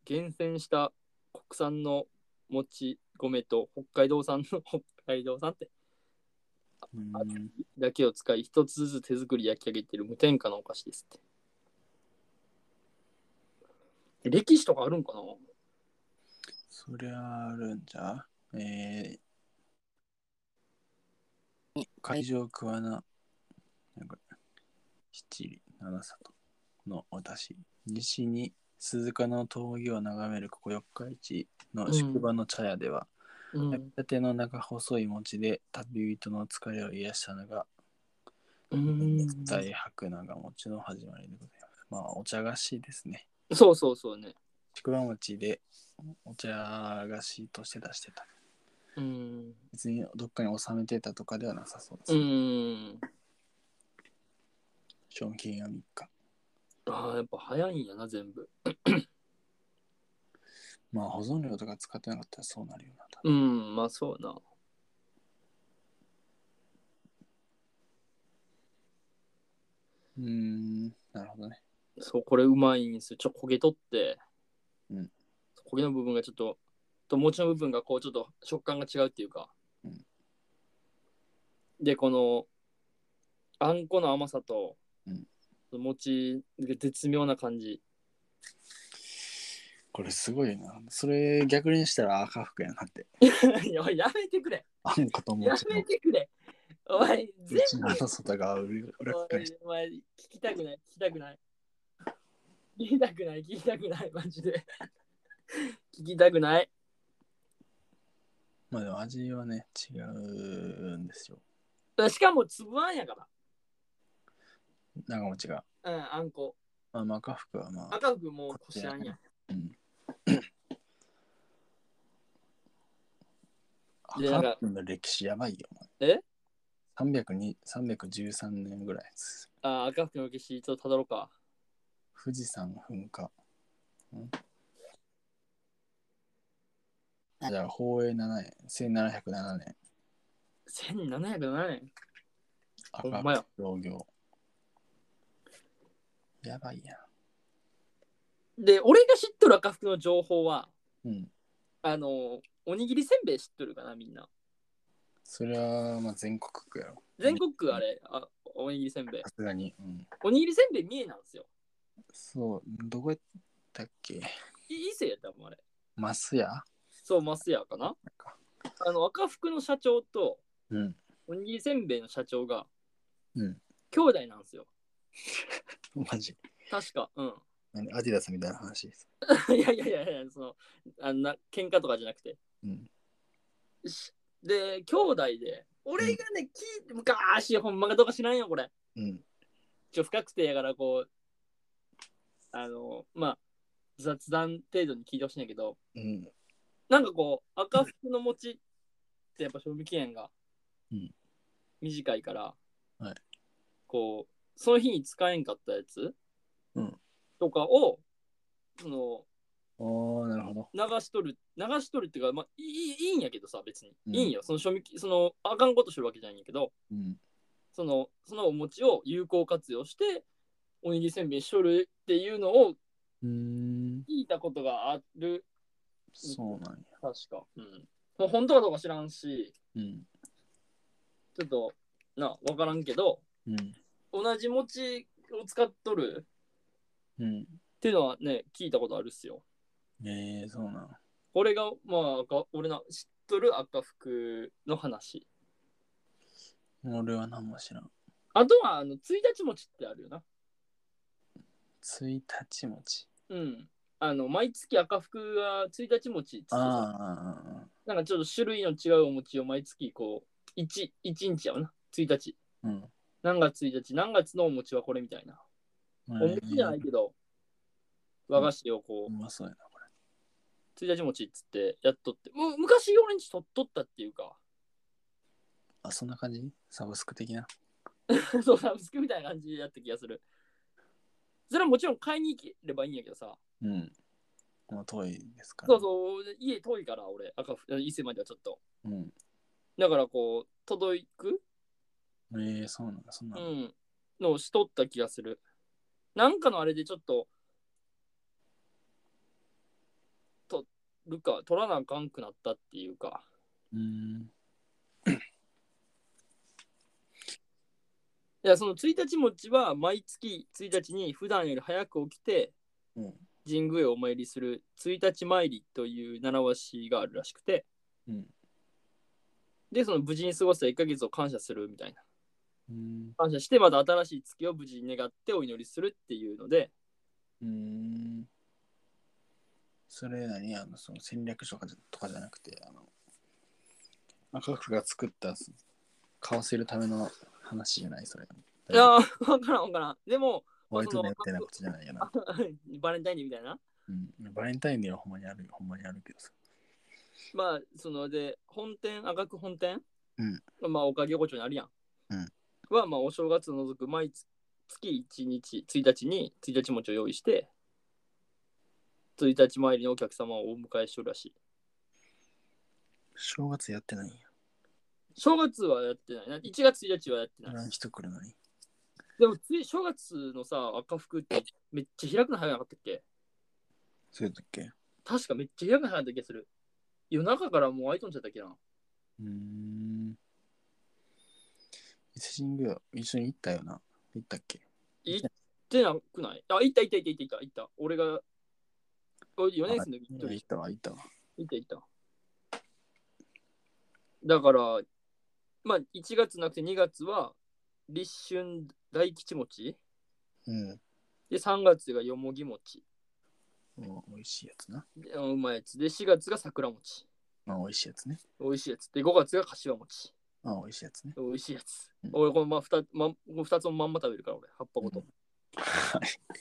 厳選した国産のもち米と北海道産の 北海道産ってうんだけを使い一つずつ手作り焼き上げている無添加のお菓子ですって。歴史とかあるんかなそりゃあるんじゃ。えー、海上桑名、なんか、七里、七里のお出し。西に鈴鹿の峠を眺めるここ四日市の宿場の茶屋では、うん焼きたての中細い餅で旅人の疲れを癒したのが、うん大白長餅の始まりでございます。まあ、お茶菓子ですね。そうそうそうね。宿場餅でお茶菓子として出してた。うん。別にどっかに収めてたとかではなさそうです。うん。賞金が3日。ああ、やっぱ早いんやな、全部。まあ保存料とか使ってなかったらそうなるよな。多分うん、まあそうな。うーん、なるほどね。そう、これうまいんですよ。ちょ、焦げ取って。うん焦げの部分がちょっと、と餅の部分がこう、ちょっと食感が違うっていうか。うんで、この、あんこの甘さと、うん餅が絶妙な感じ。 これすごいな。それ逆にしたら赤服やなって。いやおいやめてくれあんこともやちめのてくれお前、内全部側の外側を裏返して。お前、聞きたくない、聞きたくない。聞きたくない、聞きたくない、マジで。 聞きたくない。まあでも味はね、違うんですよ。しかも、粒あんやから。長持ちが。うん、あんこ。まあまあ赤服はまあ、赤福もうこしあんや。うん。でなんか赤服の歴史やばいよ。えお前302 ?313 年ぐらいです。あー赤福の歴史一応たどろうか。富士山噴火。んじゃあ、宝永7年、1707年、 1707年。赤ほんまやく農業。やばいやで、俺が知っとる赤福の情報は、ん。うん。あのー、おにぎりせんべい知っとるかな、みんな。それは、まあ、全国区やろ。全国区あれ、あおにぎりせんべいさ。すがに。うん。おにぎりせんべい三重なんですよ。そう、どこやったっけい伊勢やったもん、あれ。マスヤそう、マスヤかな。あの、赤福の社長と、うん。おにぎりせんべいの社長が、うん兄弟なんですよ。マジ。確か。うん。 何アディダスみたいな話です。いやいやいやいや、その、あんな、喧嘩とかじゃなくて。うん。しで、兄弟で、俺がね、聞いて、昔、ほんまかどうか知らんよ、これ。うん。ちょ、深くてやから、こう、あの、まあ、雑談程度に聞いてほしいんやけど、うん。なんかこう、赤服の餅ってやっぱ賞味期限がうん短いから、はいこその日に使えんかったやつ、うんとかをそのおー、なるほど。流しとる流しとるっていうか、まあ、いいいいんやけどさ別に、うんいいんよその賞味期そのあかんことしてるわけじゃないんやけどうん。そのそのお餅を有効活用しておにぎりせんべいしとるっていうのをうーん。聞いたことがあるそうなんや。確かうんもう本当かどうか知らんしうん。ちょっとな分からんけどうん。同じ餅を使っとるうん。っていうのはね聞いたことあるっすよえー、そうなん。俺がまあ赤俺の知っとる赤服の話俺は何も知らん。あとはあの1日餅ってあるよな1日持ち。うんあの毎月赤服が1日餅っつってさあーあー、あなんかちょっと種類の違うお餅を毎月こう 1, 1日やわな1日ーうん。何月1日何月のお餅はこれみたいなまあお餅じゃないけど和菓子をこうまそうやな、こう1日餅っつってやっとってむ昔俺にとっとったっていうか れ。あ、そんな感じサブスク的な。そうサブスクみたいな感じやった気がするそれはもちろん買いに行ければいいんやけどさうん。まあ、遠いですから、そうそう、家遠いから俺、赤ふ伊勢まではちょっと。う。うん。だからこう、届く、えー、そうなんだ、そんな、うんん、のをしとった気がする。なんかのあれでちょっと、とるか、取らなあかんくなったっていうか、うん。いや、その1日持ちは毎月1日に普段より早く起きて、うん神宮へお参りする1日参りという習わしがあるらしくて、うんで、その無事に過ごした1ヶ月を感謝するみたいな。うん。感謝してまた新しい月を無事に願ってお祈りするっていうのでうん。それ何あの、その戦略書かじゃとかじゃなくて、あの、赤福が作った、買わせるための話じゃない、それ。いやー分からん分からんでもホワイトデーみたいなことじゃないよな。 バレンタインデーみたいなうん。バレンタインデーはほんまにあるよ、ほんまにあるけどさ。まあそので本店赤く本店、まあおかげ横丁にあるやん、うんはまあお正月を除く毎月1日1日に1日餅を用意して1日参りのお客様をお迎えしとるらしい正月やってないんや。正月はやってないな1月1日はやってない、何人来るのに。でもつい正月のさ赤服ってめっちゃ開くの早くなかったっけそうやったっけ確かめっちゃ嫌がらんた気がする。夜中からもう開いとんちゃったっけな。うーん。伊勢神宮、一緒に行ったよな。行ったっけ行ってなくないあ、行った行った行った行った行った。俺が、俺4年生の時に行った行ったわ、行ったわ。行った行った。だから、まあ1月なくて2月は立春大吉餅うん。で3月がよもぎ餅お美味しいやつな。でうまいやつで4月が桜餅まあ、美味しいやつね。美味しいやつで5月が柏餅まあ、美味しいやつね。美味しいやつ、うん俺このまま 2, ま2つもまんま食べるから俺葉っぱごと、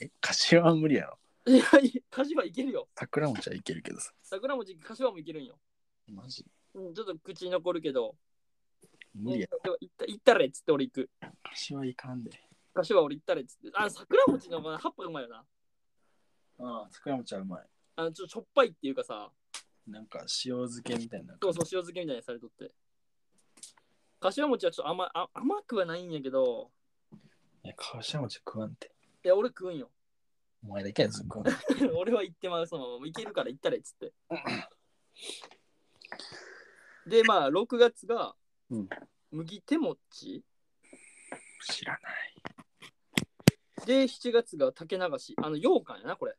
え、柏は無理やろ。 いやいや柏いけるよ桜餅はいけるけどさ。桜餅、柏もいけるんよ。マジうん、ちょっと口に残るけど、無理や。でも行った行ったれっつって俺行く。柏はいかんで。柏俺行ったれっつって。あ、桜餅の葉っぱうまいよな。ああ、桜餅はうまい。あのちょっとしょっぱいっていうかさ、なんか塩漬けみたいな。そうそう、塩漬けみたいにされとって。柏餅はちょっと甘いあ甘くはないんやけど、いや、柏餅食わんて。いや、俺食うんよ。 お前だけやつ食わん。俺は行ってまう、そのまま。行けるから行ったれっつって。で、まあ、6月が、うん麦手餅知らない。で、7月が竹流し。あの、羊羹やな、これ。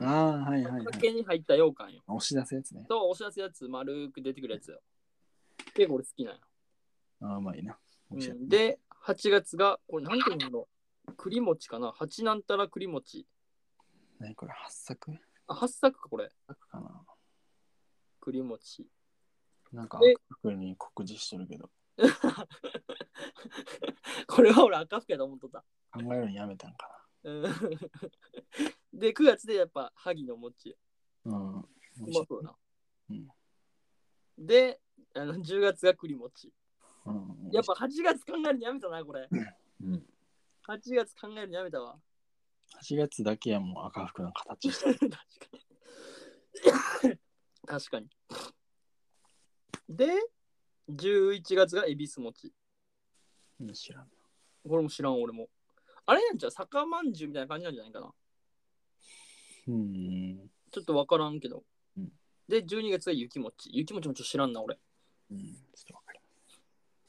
ああ、はいはい、はい。竹に入った羊羹よ。押し出すやつね。と、お知らせやつ、丸く出てくるやつよ。結構俺好きなんよ、ああ、うまいな。美う味しいやつん。で、8月が、これなんていうの栗餅かな八なんたら栗餅。何これ、八作あ、八作かこれ。かな。栗餅。なんかで、特に告示してるけど、これは俺赤福やと思っとった。考えるのやめたんかうん で、9月でやっぱ、萩の餅。な。うん。うまそうな。うんで、あの10月が栗餅。うん、やっぱ8月考えるのやめたな、これ。うん。 8月考えるのやめたわ。 8月だけはもう赤服の形してる。確かに。確かに。で、11月が恵比寿餅。うん知ら ん。これも知らん、俺も。あれなんちゃう酒まんじゅうみたいな感じなんじゃないかな。うん。ちょっとわからんけど。うんで、12月が雪餅。雪餅もちょっと知らんな、俺。っうん。ちょっとわかりま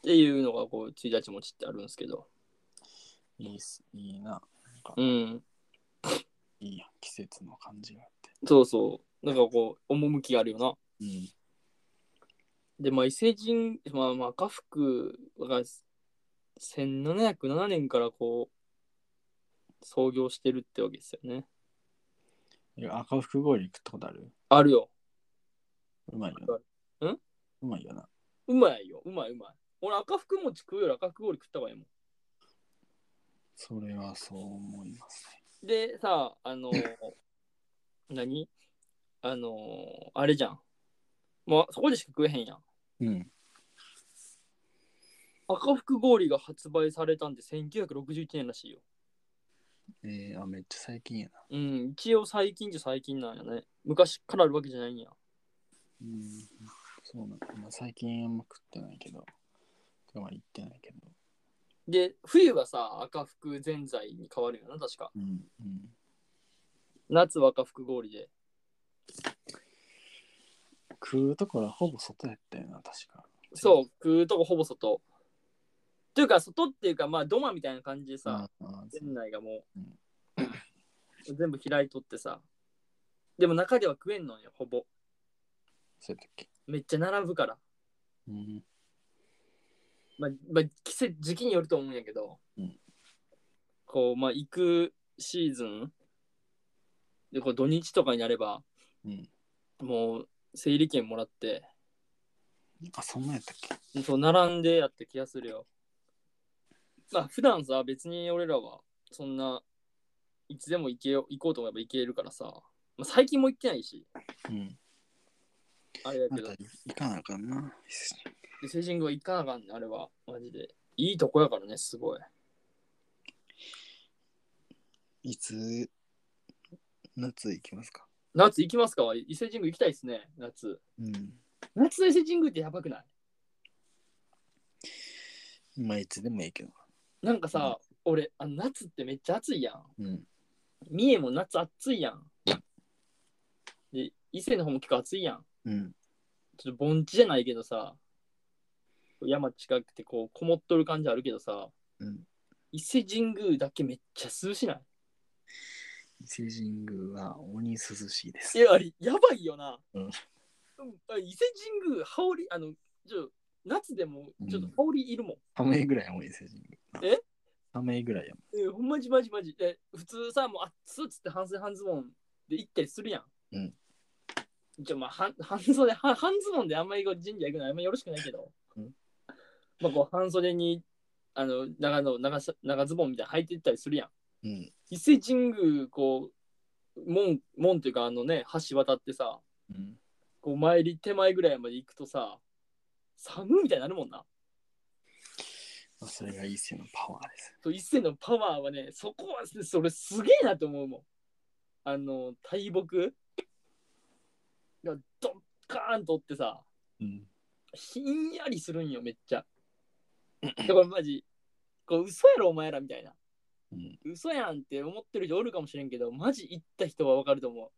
ていうのが、こう、1日餅ってあるんですけど。す。いいっす。いいな。うん。いいやん。季節の感じがあって。そうそう。なんかこう、趣があるよな。うん。で、まあ、伊勢神、まあ、まあ、赤福が1707年からこう、創業してるってわけですよね。いや赤福氷食ったことあるあるよ。うまいよな。うんうまいよな。うまいよ。うまいうまい。俺、赤福餅食うより赤福氷食った方がいいもそれはそう思いますね。ん。で、さ、あの、 何あの、あれじゃん。まあ、そこでしか食えへんやん。うん。赤福氷が発売されたんで1961年らしいよ。えー、あ、めっちゃ最近やな。うん、一応最近じゃ最近なんやね。昔からあるわけじゃないんや。うん。そうなんだ。まあ、最近あんま食ってないけど。てかまあ行ってないけど。で、冬がさ、赤福ぜんざいに変わるよな、確か。うん。うん。夏は赤福氷で。食うところはほぼ外やったよな、確か。そう、食うとこほぼ外。というか、外っていうか、まあ、土間みたいな感じでさ、ああ、全店内がもう、全部開いとってさ。でも中では食えんのよ、ほぼ。そうやったっけ。めっちゃ並ぶから。うん。まあ、まあ、季節、時期によると思うんやけど、うんこう、まあ、行くシーズン、で、こう土日とかになれば、うん。もう、整理券もらって、あ、そんなんやったっけ。そう、並んでやった気がするよ。まあ、普段さ、別に俺らは、そんな、いつでも行けよ行こうと思えば行けるからさ、まあ、最近も行ってないし、うん。あれまだけどた、行かなあかんな。で成人後行かなあかんね、あれは、マジで。いいとこやからね、すごい。いつ、夏行きますか。夏行きますか伊勢神宮行きたいですね、夏。うん。夏の伊勢神宮ってやばくないまあ、いつでもいいけど。なんかさ、俺あの、夏ってめっちゃ暑いやん。うん。三重も夏暑いやん。で、伊勢の方も結構暑いやん。うん。ちょっと盆地じゃないけどさ、山近くてこう、こもっとる感じあるけどさ、うん。伊勢神宮だけめっちゃ涼しない伊勢神宮は鬼涼しいですい。や、あれ、やばいよな。うんうんあ伊勢神宮、羽織、あの、ちょ夏でもちょっと羽織いるもん。 3名ぐらいも伊勢神宮。え ?3 名ぐらいやえほんまじまじまじ。え普通さ、もう、あっつっつって半袖半ズボンで行ったりするやん。うんじゃあまあ、半 半袖、半半ズボンであんまりこう神社行くのはあんまりよろしくないけど。うんまあ、こう、半袖に、あの、長の長さ長ズボンみたいなの履いていったりするやん。もん。うん。伊勢神宮、こう、門、門というか、あのね、橋渡ってさ、うん。こう、参り手前ぐらいまで行くとさ、寒いみたいになるもんな。まあ、それが伊勢のパワーです。そう伊勢のパワーはね、そこはねそれすげえなと思うもん。あの、大木がドッカーンとってさ、うん。ひんやりするんよ、めっちゃ。だからマジ、こう嘘やろ、お前らみたいな。うん。嘘やんって思ってる人おるかもしれんけど、マジ行った人はわかると思う。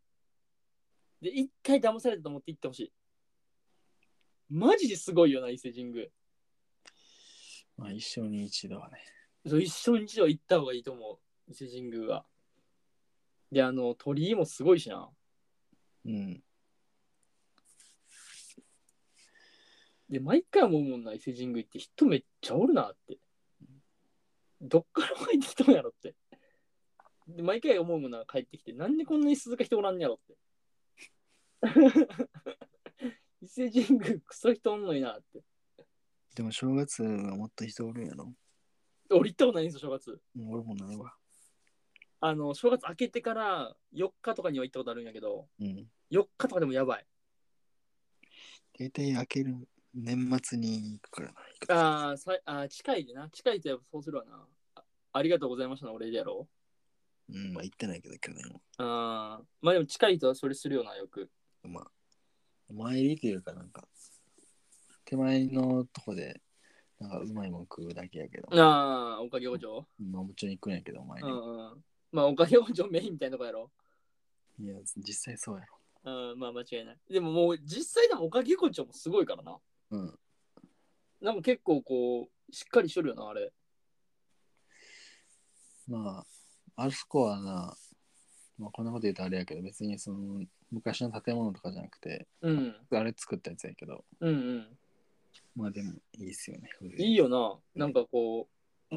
で、一回騙されたと思って行ってほしい。マジですごいよな、伊勢神宮。まあ、一生に一度はね。そう一生に一度は行った方がいいと思う伊勢神宮はであの鳥居もすごいしなうん。で毎回思うもんな伊勢神宮行って人めっちゃおるなってどっから入ってきたんやろってで毎回思うもんな帰ってきてなんでこんなに鈴鹿人おらんねやろって 伊勢神宮クソ人おんのになってでも、正月はもっと人おるんやろ。俺行ったことないんですよ正月うん俺もないわ。あの正月明けてから4日とかには行ったことあるんやけどうん。 4日とかでもやばい大体開ける年末に行くからな。あーさいあー近いでな近いとやっぱそうするわなあありがとうございましたの俺でやろうん、まあ行ってないけど、去年は。う。あーまあでも近い人はそれするよな、よく。まあ、お参りというかなんか、手前のとこで、なんかうまいもん食うだけやけど、ああ、おかげお嬢。まあもちろん行くんやけど、お参うり。んうん。まあ、おかげお嬢メ インみたいなとこやろ。いや、実際そうやろ。うん、まあ間違いない。でももう実際でもおかげお嬢もすごいからな。うん。なんか結構こう、しっかりしとるよな、あれ。まあ、あそこはな、まあこんなこと言うとあれやけど、別にその、昔の建物とかじゃなくて、うん。あれ作ったやつやけど、うんうん。まあでもいいっすよね。古いいよな。なんかこ う、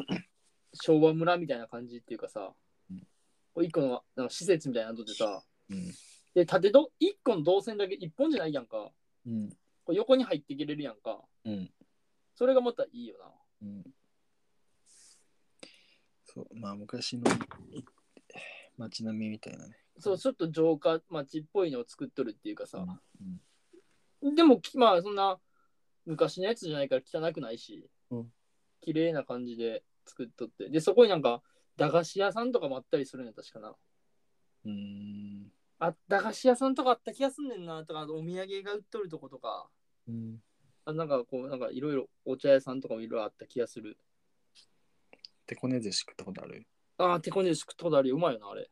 昭和村みたいな感じっていうかさうん、こう一個のなんか施設みたいなのでさ、うん。で、縦ど、一個の動線だけ一本じゃないやんか。うん。こう横に入っていけれるやんか。うん。それがまたいいよな。うん。そう、まあ昔のい街並みみたいなね。そう、ちょっと城下町っぽいのを作っとるっていうかさ。うんでも、きまあ、そんな昔のやつじゃないから汚くないし、うん綺麗な感じで作っとって。で、そこになんか、駄菓子屋さんとかもあったりするんや、確かな。うーん。あ駄菓子屋さんとかあった気がすんねんなとかあとお土産が売っとるとことかうんあなんかこうなんかいろいろお茶屋さんとかもいろいろあった気がするてこねずし食ったことあるああ手こねるし食ったことあるようまいよなあれ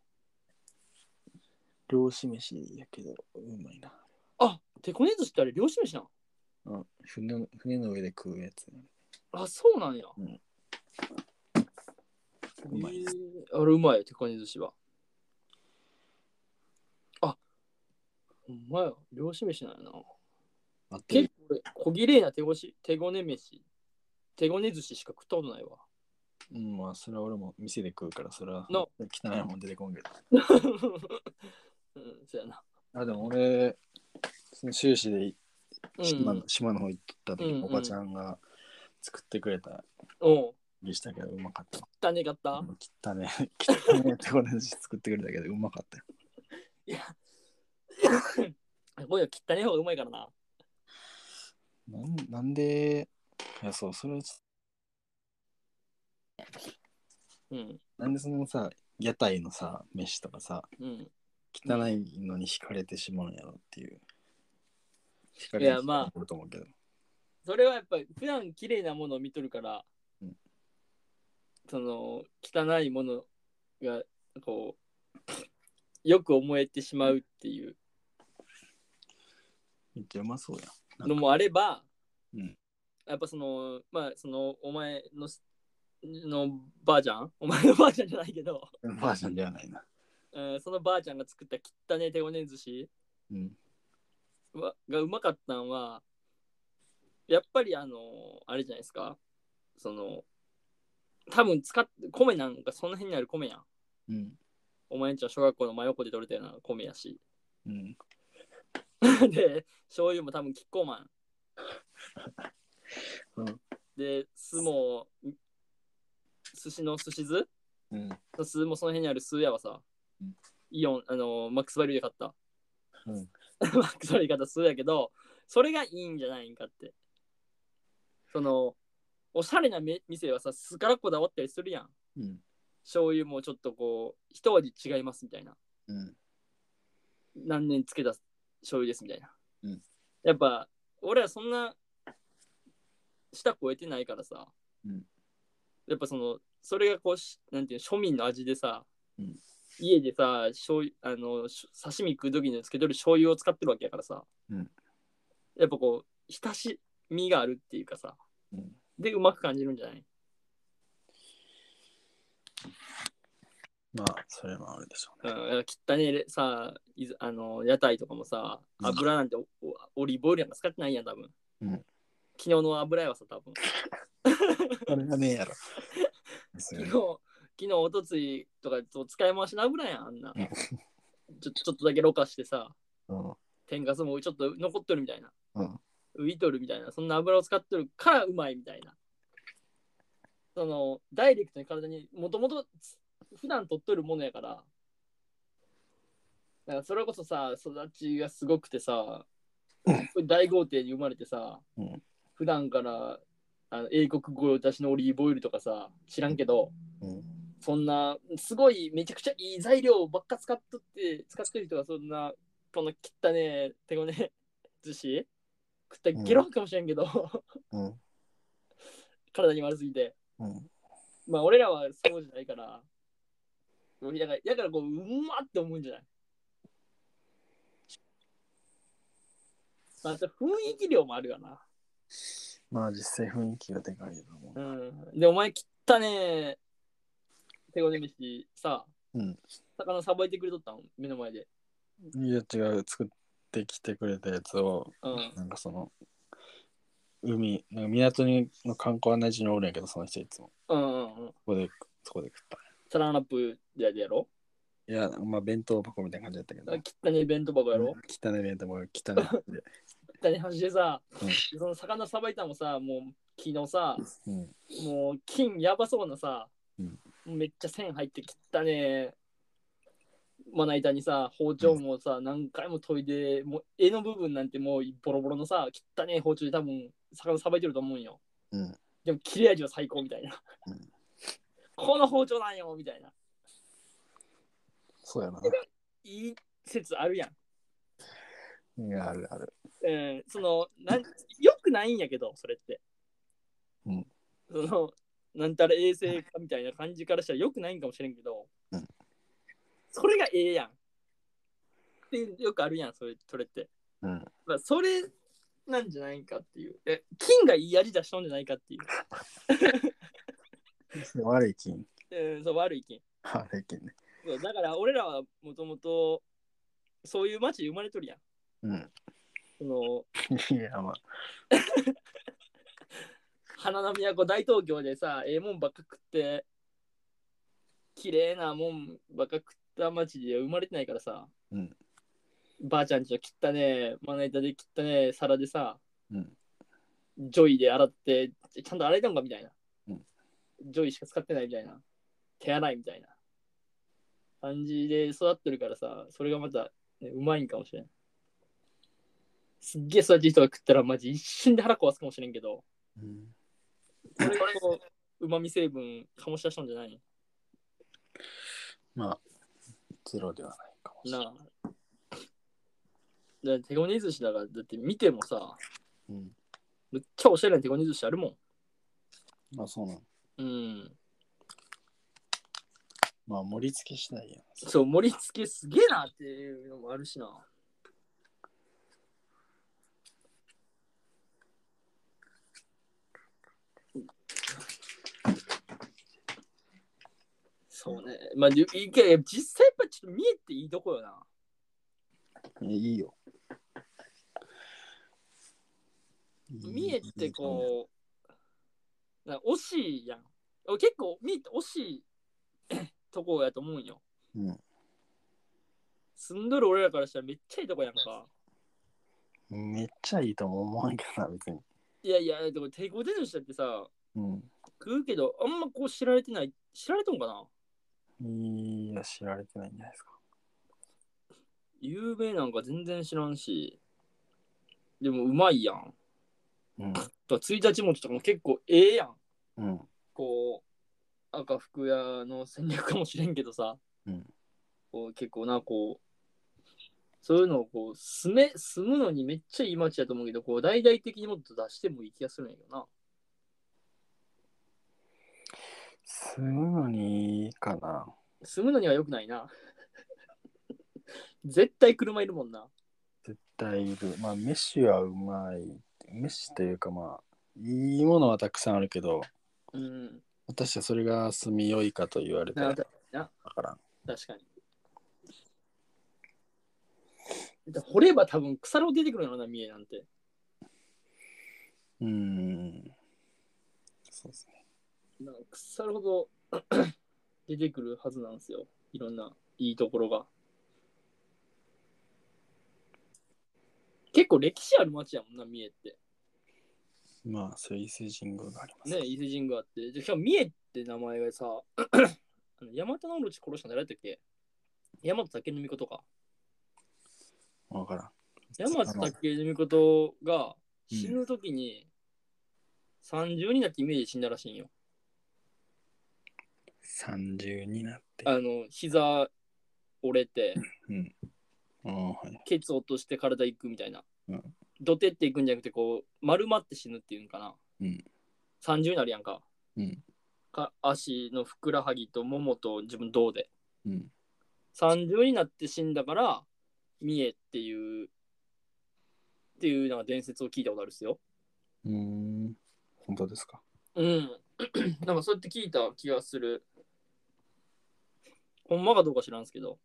漁師飯やけど、うまいな。あ手こねずしってあれ漁師飯なんあ船の船の上で食うやつ、あそうなんや、うんううままいいですあれうまいよ手こねずしはあほんまや漁師飯なんやなあって結構俺小綺麗な手ごし手こね飯手こね寿司しか食ったことないわ うん、まあ、それは俺も店で食うから、それはの汚いもん出てこんけど。うんそうやなあ、でも俺、その終始で島,、うん、島の方行った時、うんうんおばちゃんが作ってくれたおうりしたけど、うまかった。汚ねかった切ったね。 切ったね。手こねずし作ってくれたけど、うまかったよ。いや、こういうの汚ね方がうまいからな。なんなんで、いや、そう、それはうん。なんでそのさ、屋台のさ、飯とかさ、うん。汚いのに惹かれてしまうんやろっていう。惹かいやまああ。と思うけど。それはやっぱり普段綺麗なものを見とるから、うんその汚いものがこう よく思えてしまうっていうめっちゃうまそうやのもあれば、うんやっぱそのまあそのお前ののばあちゃんお前のばあちゃんじゃないけど、ん。バージョンではないな。うん、そのばあちゃんが作った汚ね手ごね寿司うん。はがうまかったんはやっぱりあのあれじゃないですかその多分使っ米なんかその辺にある米やんうん。お前んちは小学校の真横で取れたような米やし うん。で醤油も多分キッコーマン、 うんで酢も寿司の寿司酢うん。の酢もその辺にある酢やわさ、うんイオンあのマックスバリューで買った、うん マックスバリューで買った酢やけどそれがいいんじゃないんかってそのおしゃれなめ店はさ酢からこだわったりするやんうん。醤油もちょっとこう一味違いますみたいなうん。何年つけた醤油ですみたいな、うんやっぱ俺らそんな舌超えてないからさ、うんやっぱそのそれがこうしなんていうの庶民の味でさ、うん家でさ醤油あのし刺身食う時につけとる醤油を使ってるわけやからさ、うんやっぱこう親しみがあるっていうかさ、うんでうまく感じるんじゃないまあ、それもあるでしょううね。ん、汚ねえさいずあの屋台とかもさうん油なんておおオリーブオイルなんか使ってないやん多分、うん昨日の油やわさ多分それがねえや ろ。そ昨れ日昨日おとついとかそう使い回しの油やんあんなうんちょちょっとだけろ過してさうん。天かすもちょっと残っとるみたいな、うん浮いとるみたいなそんな油を使っとるからうまいみたいなそのダイレクトに体にもともと普段取っとるものやからだからそれこそさ育ちがすごくてさ、大豪邸に生まれてさ、うん普段からあの英国語出しのオリーブオイルとかさ知らんけど、うん。そんな、すごい、めちゃくちゃいい材料ばっか使っとって、使ってる人がそんな、この切ったね、手ごね、 寿司食ったらゲロ吐くかもしれんけど、 うん体に悪すぎて。うんまあ、俺らはそうじゃないから、もうだから、だからこう、うまって思うんじゃないまあ、あと雰囲気量もあるよな。まあ実際雰囲気がでかいよなもううん。で、お前切ったね手ごね飯さ、うん魚さばいてくれとったん目の前で。いや違う作ってきてくれたやつをうん。なんかその海なんか港にの観光案内所におるんやけどその人いつもうんうんうん。そこでそこで食ったサランラップやでやろいやまあ弁当箱みたいな感じだったけど切ったね弁当箱やろ、汚い弁当箱汚いって切ったね端でさ、うんその魚さばいたのもさ、もう木のさ、 うんもう金やばそうなさ、うんめっちゃ線入って切ったねまな板にさ包丁もさ、何回も研いでもう絵の部分なんてもうボロボロのさ切ったね包丁で多分魚さばいてると思うんよ、うんでも切れ味は最高みたいな、うんこの包丁なんよみたいなそうやないい説あるやん、いやあるあるうん、そのなんよくないんやけどそれって、うんそのなんたら衛生かみたいな感じからしたらよくないんかもしれんけど、うんそれがええやんってよくあるやんそれそれって、うんまあ、それなんじゃないかっていうえ金がいい味出しとんじゃないかっていう、悪い菌うん、そう悪い金悪い菌ねそうだから俺らはもともとそういう街で生まれとるやんうん そのいやまあ花の都大東京でさええもんばっか食って綺麗なもんばっか食った町で生まれてないからさ、うんばあちゃんちの切ったねまな板で切ったね皿でさ、うんジョイで洗ってちゃんと洗えたんかみたいな、うんジョイしか使ってないみたいな手洗いみたいな感じで育ってるからさそれがまた、ね、うまいんかもしれんすっげえ育ちいい人が食ったらマジ一瞬で腹壊すかもしれんけど、うんそれこうまみ成分醸し出したんじゃないまあゼロではないかもしれのないなあ。だ手ごね寿司だから、だって見てもさ、うんめっちゃおしゃれな手ごね寿司あるもまあそうなのん。うん。まあ盛り付け次第やそう、盛り付けすげえなっていうのもあるしな。そうね。まあ、でいけ実際やっぱちょっと見えていいとこよな。いいいよ見えてこう、な惜しいやん。俺結構見えて惜しいとこやと思うんよ。うん住んどる俺らからしたらめっちゃいいとこやんか。めっちゃいいとも思わんけどな別にいやいや、でも手ごでの人だってさ、うん食うけど、あんまこう知られてない、知られとんかないや、知られてないんじゃないですか。有名なんか全然知らんし。でもうまいやん。と1日餅とかも結構ええやん。うん。うん。こう赤福屋の戦略かもしれんけどさ、うんこう結構なこうそういうのをこう住め住むのにめっちゃいい街だと思うけどこう大々的にもっと出してもいい気がするんやけどなするのにいいかな。住むのには良くない な絶対車いるもんな絶対いる。まあ、飯はうまい。飯というかまあ、いいものはたくさんあるけど、うん果たしてそれが住みよいかと言われてなわたからん。確かにで掘れば多分腐るほど出てくるのな三重なんてうーん。そうですね。なんか腐るほど 出てくるはずなんですよ。いろんないいところが。結構歴史ある町やもんな、三重って。まあ、そういう伊勢神宮があります。ね、伊勢神宮あって。で、しかも三重って名前がさ、 あの大和直ち殺したの誰だったっけ大和武尊ことか。わからん。大和武尊ことが死ぬときに30になってイメージ死んだらしいんよ。 30になって。あの膝折れてああ、はい。ケツ落として体いくみたいな、うんドテっていくんじゃなくてこう丸まって死ぬっていうんかな、うん30になるやんか,、うんか足のふくらはぎとももと自分胴でうん。 30になって死んだから三重っていうっていうなんか伝説を聞いたことあるっすようーん。本当ですか。うん なんかそうやって聞いた気がするほんまかどうか知らんすけど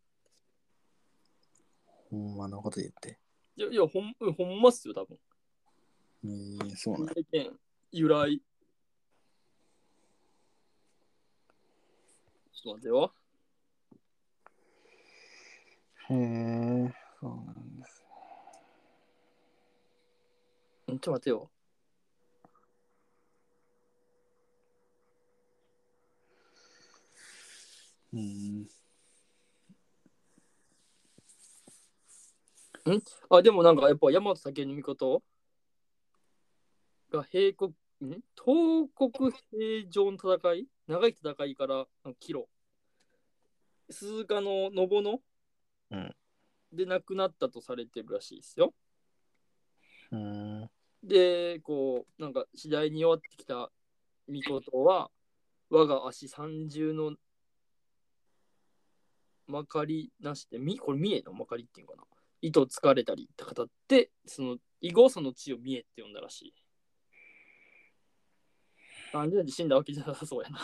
ほんまのこと言って。いやいやほんうんほんまっすよ多分えー、そうなんや意見由来ちょっと待ってよへえ、そうなんです。うんちょっと待ってようーん。あでもなんかやっぱ大和武尊ことが平国ん東国平城の戦い長い戦いからの帰路鈴鹿の信の、うんで亡くなったとされてるらしいですようーん。でこうなんか次第に弱ってきた巫女は我が足三重のまかりなしでみこれ三重のまかりっていうのかな糸つかれたりって語ってその囲碁その地を三重って呼んだらしい30年で死んだわけじゃなさそうやな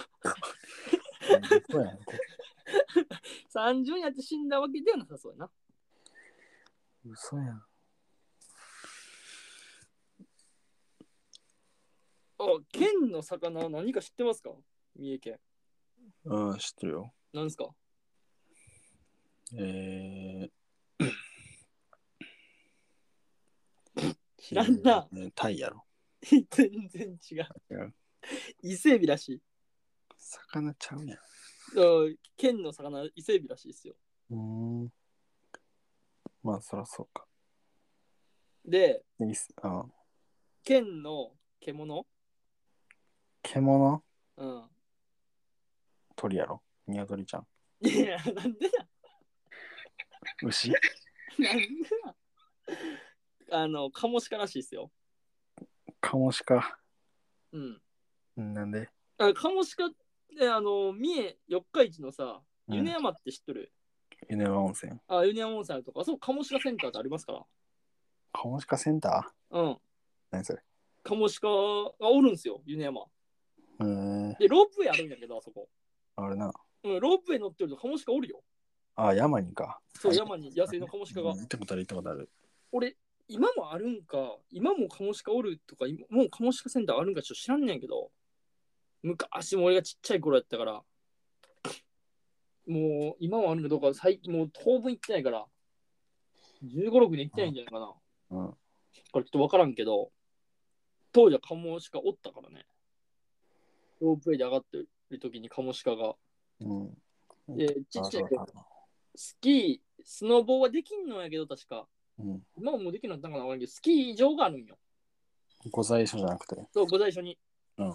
そうやん。こ30になって死んだわけではなさそうやな嘘やん。あ県の魚は何か知ってますか三重県うん、知ってるよ。何ですかえー。 知らんな。タイやろ。全然違う違う伊勢海老らしい魚ちゃうやん。だから県の魚伊勢海老らしいですようーん。まあ、そらそうか。でいいっすあ県の獣、獣うん、鳥やろ。ニワトリちゃん。いやなんで牛なんでなあのカモシカらしいですよ、カモシカ。うん、なんであカモシカってあの三重四日市のさうん米山って知っとる、湯根川温泉。あ米山温泉あるとかあそこカモシカセンターってありますかカモシカセンターらうん何それカモシカがおるんですよ米山うーん。でロープウェイあるんだけどあそこ、あれな。うん、ロープウェイ乗ってるとカモシカおるよあ、山にか。そう山に野生のカモシカがうん行ったことある、行ったことある。俺今もあるんか今もカモシカおるとか今もうカモシカセンターあるんかちょっと知らんねんけど昔も俺がちっちゃい頃やったからもう今もあるんかどうか最近もう当分行ってないから1 5 6年行ってないんじゃないかなうん。これちょっと分からんけど当時はカモシカおったからねロープウェイで上がってる時にカモシカがうん。でちっちゃいあ頃スキースノボーはできんのやけど確かうん。今はもうできんのやったんかな分からんけどスキー場があるんよご在所じゃなくて。そう、ご在所に。うん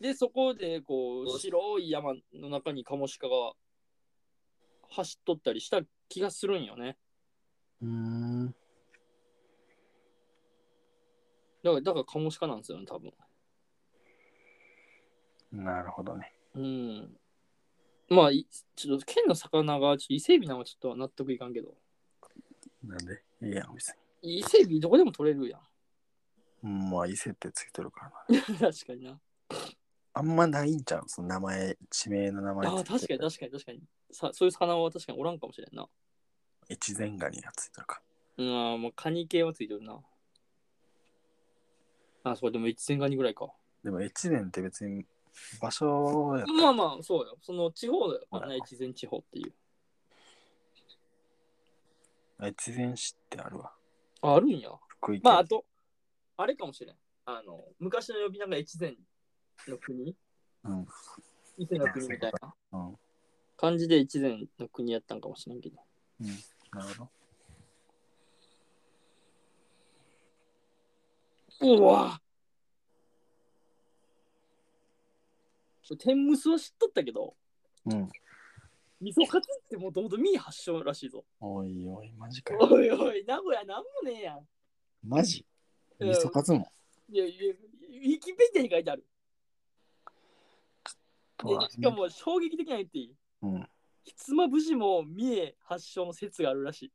で、そこで、こう、白い山の中にカモシカが走っとったりした気がするんよね。うーん。だから、だからカモシカなんですよね、多分。なるほどね。うん。まあ、いちょっと、県の魚が、ちょっと伊勢海老なんかちょっと納得いかんけど。なんでいいやん、別に。伊勢海老どこでも取れるやん。 うんまあ、伊勢ってついてるからな。確かにな。あんまないんちゃうその名前、地名の名前ああ、確かに確かに確かに。さそういう魚は確かにおらんかもしれんな。に。越前ガニがついてるか。うん、もうカニ系はついてるな。あ、そうでも1000ガニぐらいか。でも越前って別に場所や。まあまあ、そうよ。その地方だからはねい、越前地方っていう。越前市ってあるわ。あ、あるんや。福井県。まあ、あと、あれかもしれん。あの、昔の呼び名が越前の国うん。伊勢の国みたいなうん。感じで越前の国やったんかもしれんけど。なるほど。うわ天むすは知っとったけど、うん。味噌カツってもともとミー発祥らしいぞ。おいおい、マジかよ。おいおい、名古屋なんもねえやん。マジうん味噌カツも。いやいや、ウィキペディアに書いてある。とはでしかも衝撃的なの言っていい。うん。ひつまぶしも三重発祥の説があるらしい。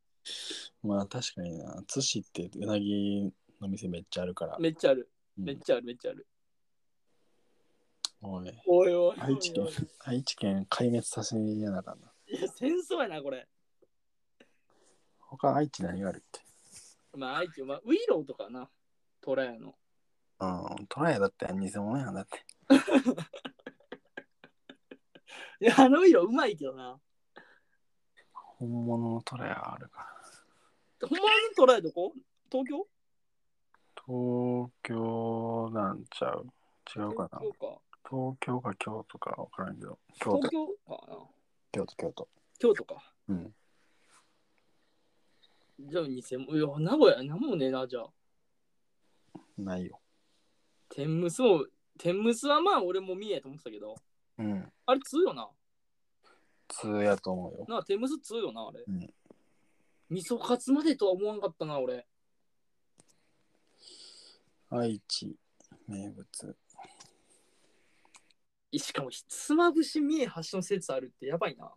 まあ確かにな。津市ってうなぎの店めっちゃあるから。めっちゃある。うんめっちゃある、めっちゃある。おい。おいおいおいおい。愛知県、愛知県壊滅させやなあかんな。いや、戦争やな、これ。他愛知何があるって。まあ、愛知、まあ、ウイローとかな。トラヤの。うん、トライだって偽物やんだって。いや、あのウイローうまいけどな。本物のトライはあるか。ほんまのトラヤどこ東京東京なんちゃう違うかな東京か。東京か京都か分からんけど。京都東、京かな。京都、京都。京都か。うん。じゃあ、偽物。いや、名古屋なんもねえな、じゃあ。ないよ。天むすも、天むすはまあ、俺も三重やと思ってたけど。うん。あれ、通よな。通やと思うよ。なあ、天むす通よな、あれ。うん味噌カツまでとは思わんかったな、俺。愛知名物。しかも、ひつまぶし三重発祥の説あるってやばいな。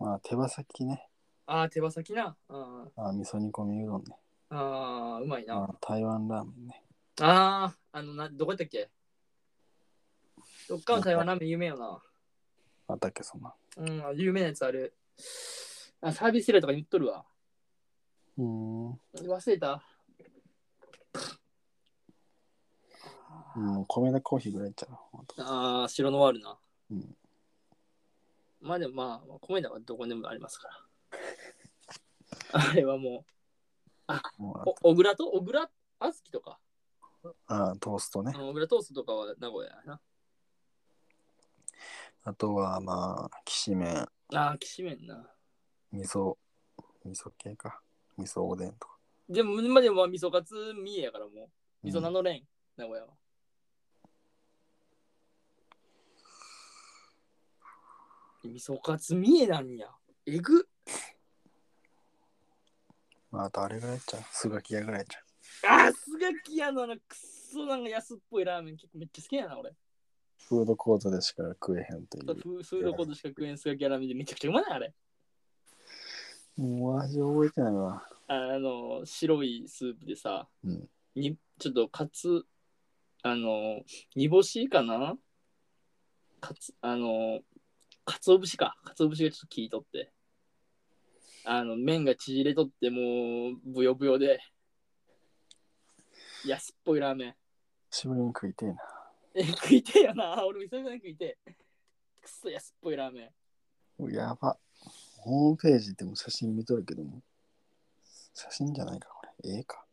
まあ手羽先ね。ああ、手羽先な。ああ味噌煮込みうどんね。あ、ああうまいな。あ台湾ラーメンね。ああ、あのな、どこやったっけどっかの台湾ラーメン有名よな。あったっけそんな。うん、有名なやつある。あサービスエリアとか言っとるわ。うーん。忘れた。うん、米田コーヒーぐらいちゃう。ほんとああ、白のワールな。うんまあでもまあ、米田はどこでもありますから。 あれはももうあう、お小倉と小倉あずきとか。あトーストねあ。の小倉トーストとかは名古屋やな。あとはまあ、きしめん、ああ、きしめんな。味噌、味噌系か。味噌おでんとか。でも、まあでもまあ味噌カツ三重やからもう。味噌名うん乗れん、名古屋は。味噌カツ三重なんや。えぐまあ、あとあれぐらいちゃう。すがき屋ぐらいちゃああ、すがき屋のあのくっそなんか安っぽいラーメン結構めっちゃ好きやな、俺。う。フードコートでしか食えへんといフう。ーフードコートしか食えんすがき屋ラーメンでめちゃくちゃうまない、あれ。もう味覚えてないわ。あの、白いスープでさ、うんにちょっとカツ、あの、煮干しかなカツ、あの、かつお節か。かつお節がちょっと効いとって。あの、麺が縮れとって、もう、ぶよぶよで。安っぽいラーメン。しぶりに食いてえな。え、食いてえよな。俺も久々に食いてえ。くっそ安っぽいラーメン。うやば。ホームページでも写真見とるけども。写真じゃないか、これ。ええか。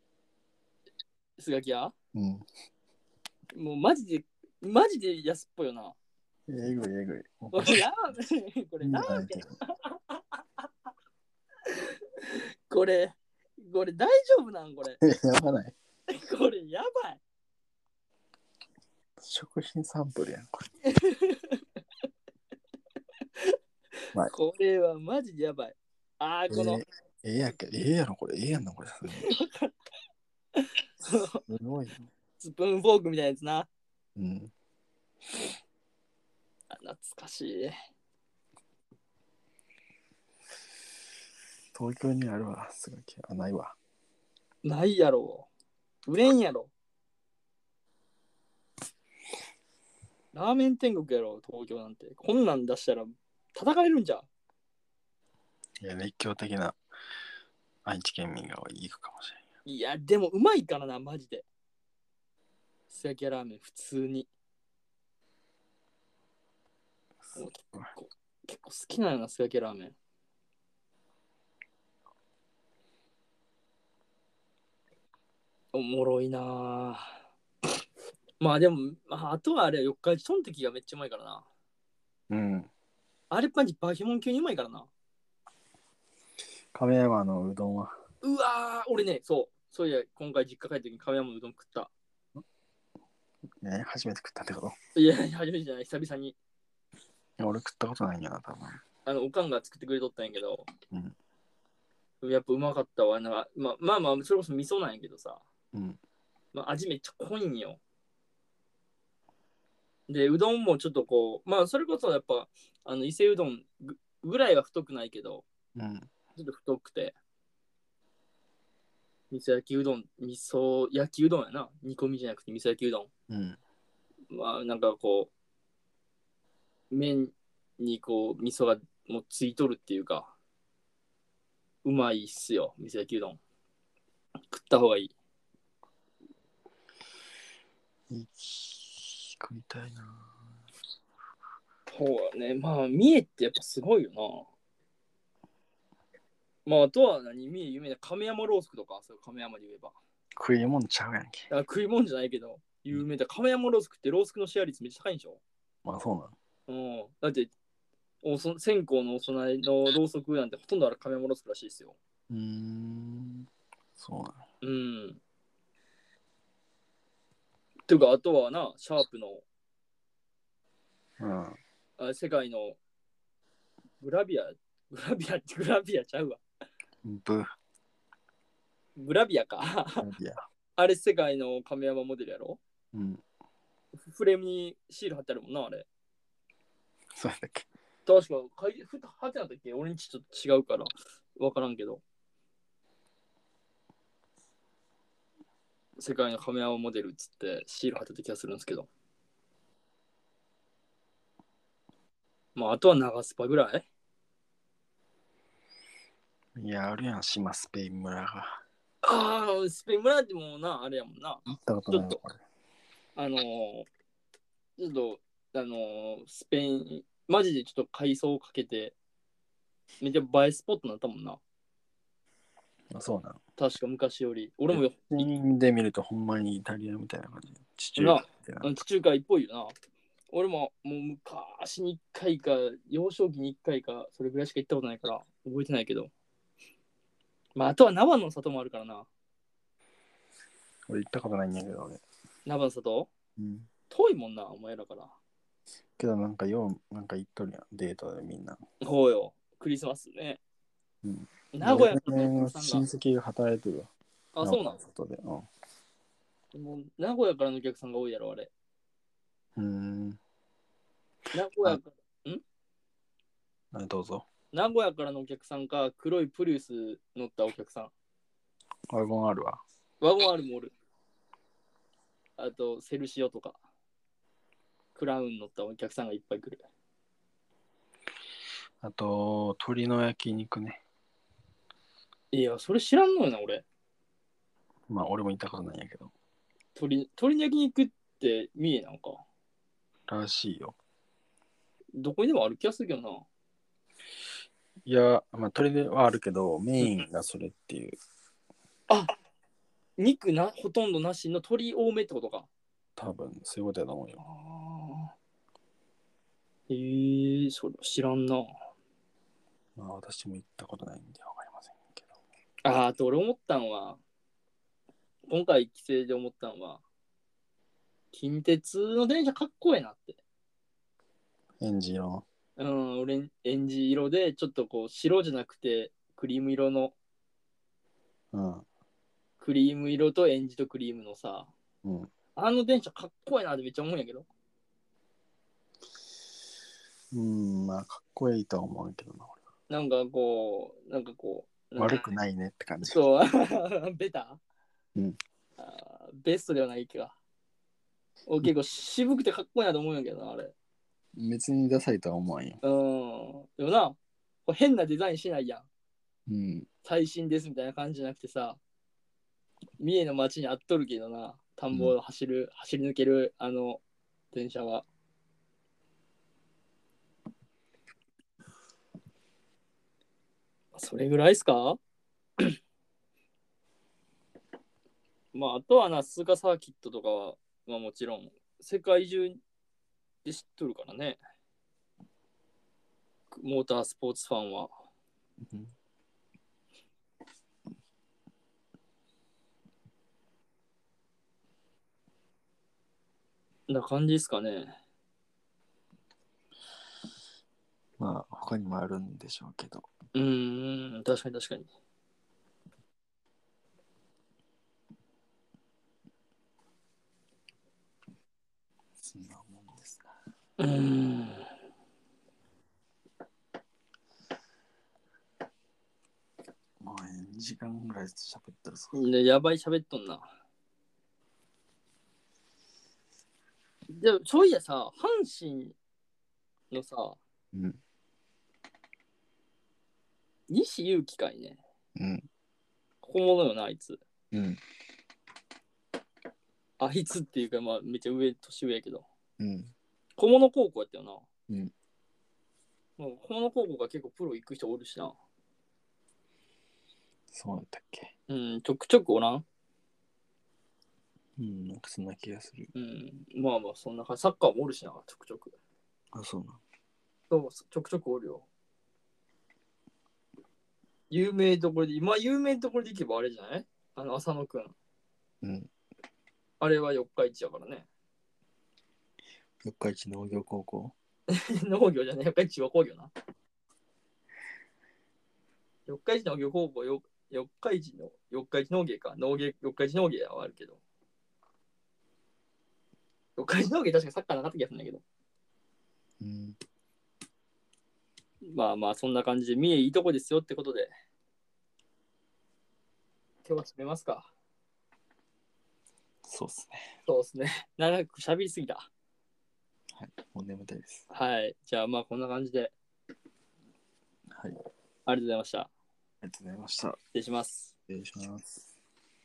すがき屋うん。もうマジで、マジで安っぽいよな。 えぐいえぐい。これラーメン、これラーメン。これ、これ大丈夫なんこれ。やばない。これやばい。食品サンプルやん、これ。これはマジでやばい。ああ、この、ええええやけ、ええやろ、これ。ええやんの、これ。さすがにすごいよ。 スプーンフォークみたいなやつな。うん。あ懐かしい。東京にあるわ、すごい。あ、ないわ。ないやろ。売れんやろ。ラーメン天国やろ、東京なんて。こんなん出したら叩かれるんじゃう。いや、熱狂的な愛知県民が行くかもしれん。いや、でもうまいからな、マジで。すき焼きラーメン、普通に。すごい結構好きなよな、すき焼きラーメン。おもろいなぁ まあでも、まあ、あとはあれ、四日市トンテキがめっちゃうまいからな。うん。あれパンチバケモン級にうまいからな。亀山のうどんは、うわぁ、俺ね、そう。そういや、今回実家帰った時に亀山のうどん食った。ね、初めて食ったってこといや、初めてじゃない、久々に。や、俺食ったことないんやな、多分。あの、おかんが作ってくれとったんやけど、やっぱうまかったわ。なんか、まあまあまあ、それこそ味噌なんやけどさ、うん。まあ、味めっちゃ濃いんよ。で、うどんもちょっとこう、まあ、それこそやっぱ、あの、伊勢うどんぐぐらいは太くないけど、うん。ちょっと太くて。味噌焼きうどん、味噌焼きうどんやな。煮込みじゃなくて味噌焼きうどん。うん。まあ、なんかこう、麺にこう、味噌がもうついとるっていうか、うまいっすよ、味噌焼きうどん。食った方がいい。いき食いたいな。そうね、まあ、三重ってやっぱすごいよな。まあ、あとは何、三重有名な亀山ロースクとか、そう亀山で言えば。食いもんちゃうやんけ。あ食い物じゃないけど、有名だ。亀山ロースクってロースクのシェア率めっちゃ高いんでしょまあ、そうなの。うん、だっておそ線香のお供えのろうそくなんてほとんどあれ亀山ろうそくらしいですよ。うーん。そうなの。うん。ていうかあとはなシャープのうん。あ世界のグラビアグラビアってグラビアちゃうわブグラビアか いや。あれ世界の亀山モデルやろうん。フレームにシール貼ってあるもんなあれそうだっけ。確かかいふ貼ってなかったっけ俺んちちょっと違うから分からんけど世界の亀山モデルっつってシール貼ってた気がするんですけどまああとは長スパぐらいいや、あるやん、島スペイン村が。ああスペイン村ってもうなあれやもんな行ったことないちょっとあのー、ちょっとあのー、スペインマジでちょっと改装をかけてめっちゃ映えスポットになったもんなあそうなの。確か昔より俺もよスペインで見るとほんまにイタリアみたいな感じ。地中海みたいなうん地中海っぽいよな。俺ももう昔に1回か、幼少期に1回か、それぐらいしか行ったことないから、覚えてないけど。まあ、あとは生の里もあるからな。俺行ったことないんやけど、俺。生の里うん。遠いもんな、お前らから。けどなんかよう、なんか行っとるやん、デートでみんな。ほうよ、クリスマスね。うん名古屋の俺のお客さ親ん戚が働いてるわ。が。あ、そうなの外で。うん。のもう名古屋からのお客さんが多いやろ、あれ。うーん名古屋かあどうぞ。名古屋からのお客さんか、黒いプリウス乗ったお客さん。ワゴンあるわ。ワゴンあるもおる。あと、セルシオとか。クラウン乗ったお客さんがいっぱい来る。あと、鶏の焼肉ね。いや、それ知らんのよな、俺。まあ、俺も行ったことないんやけど。鳥鳥の焼肉って三重なんか。らしいよ。どこにでもある気がするけどな。いや、まあ、鶏ではあるけど、メインがそれっていう。肉な、ほとんどなしの鳥多めってことか。多分、そういうことやと思うあよ。あ。えー、それ知らんな。まあ、私も行ったことないんでわかりませんけど。ああ、あと俺思ったんは、今回帰省で思ったんは、近鉄の電車かっこええなって。エンジンの。うん、オレンエンジ色で、ちょっとこう、白じゃなくて、クリーム色の、うん。クリーム色とエンジとクリームのさ、うん。あの電車かっこいいなってめっちゃ思うんやけど。うん、まあ、かっこいいとは思うけどな。なんかこう、なんかこう。悪くい。ないねって感じ。そう、 ベタうんあーベストではない気が。お結構渋くてかっこいいなと思うんやけどな、あれ。別にダサいとは思わんよ。うん。でもな、こう変なデザインしないやん。うん。最新ですみたいな感じじゃなくてさ、三重の街にあっとるけどな、田んぼを走る、走り抜けるあの電車は。それぐらいっすかまあ、あとはな、鈴鹿サーキットとかは、まあもちろん、世界中で知っとるからね。モータースポーツファンは。な感じですかね。まあ、他にもあるんでしょうけど。うーん、確かに確かに。そんなもんですな。うーん。もう2時間ぐらい喋ってるぞ。でやばい喋っとんな。でも、そういやさ、阪神のさ、うん。西勇輝かいね。うん。ここものよな、あいつ。うん。あいつっていうか、まあ、めっちゃ上、年上やけど。うん。小物高校やったよな。うん。もう小物高校が結構プロ行く人おるしな。そうだったっけうん、ちょくちょくおらん。うん、なんかそんな気がする。うん、まあまあ、そんな感じ。サッカーもおるしな、ちょくちょく。あ、そうなの。そう、ちょくちょくおるよ。有名どころで、今有名どころで行けばあれじゃないあの、浅野くん。うん。あれは四日市やからね。 四日市農業高校農業じゃない、四日市は工業な。四日市農業高校、よ四日市の、四日市農芸か。農芸、四日市農芸はあるけど。四日市農芸確かサッカーなかった気がするんだけど。うん。まあまあ、そんな感じで、三重いいとこですよってことで。今日は締めますか。そうっすね。そうですね。 長く喋りすぎた。もう眠たいです。はい。じゃあまあこんな感じではい。ありありがとうございました。がとうございました。失礼します。失礼します。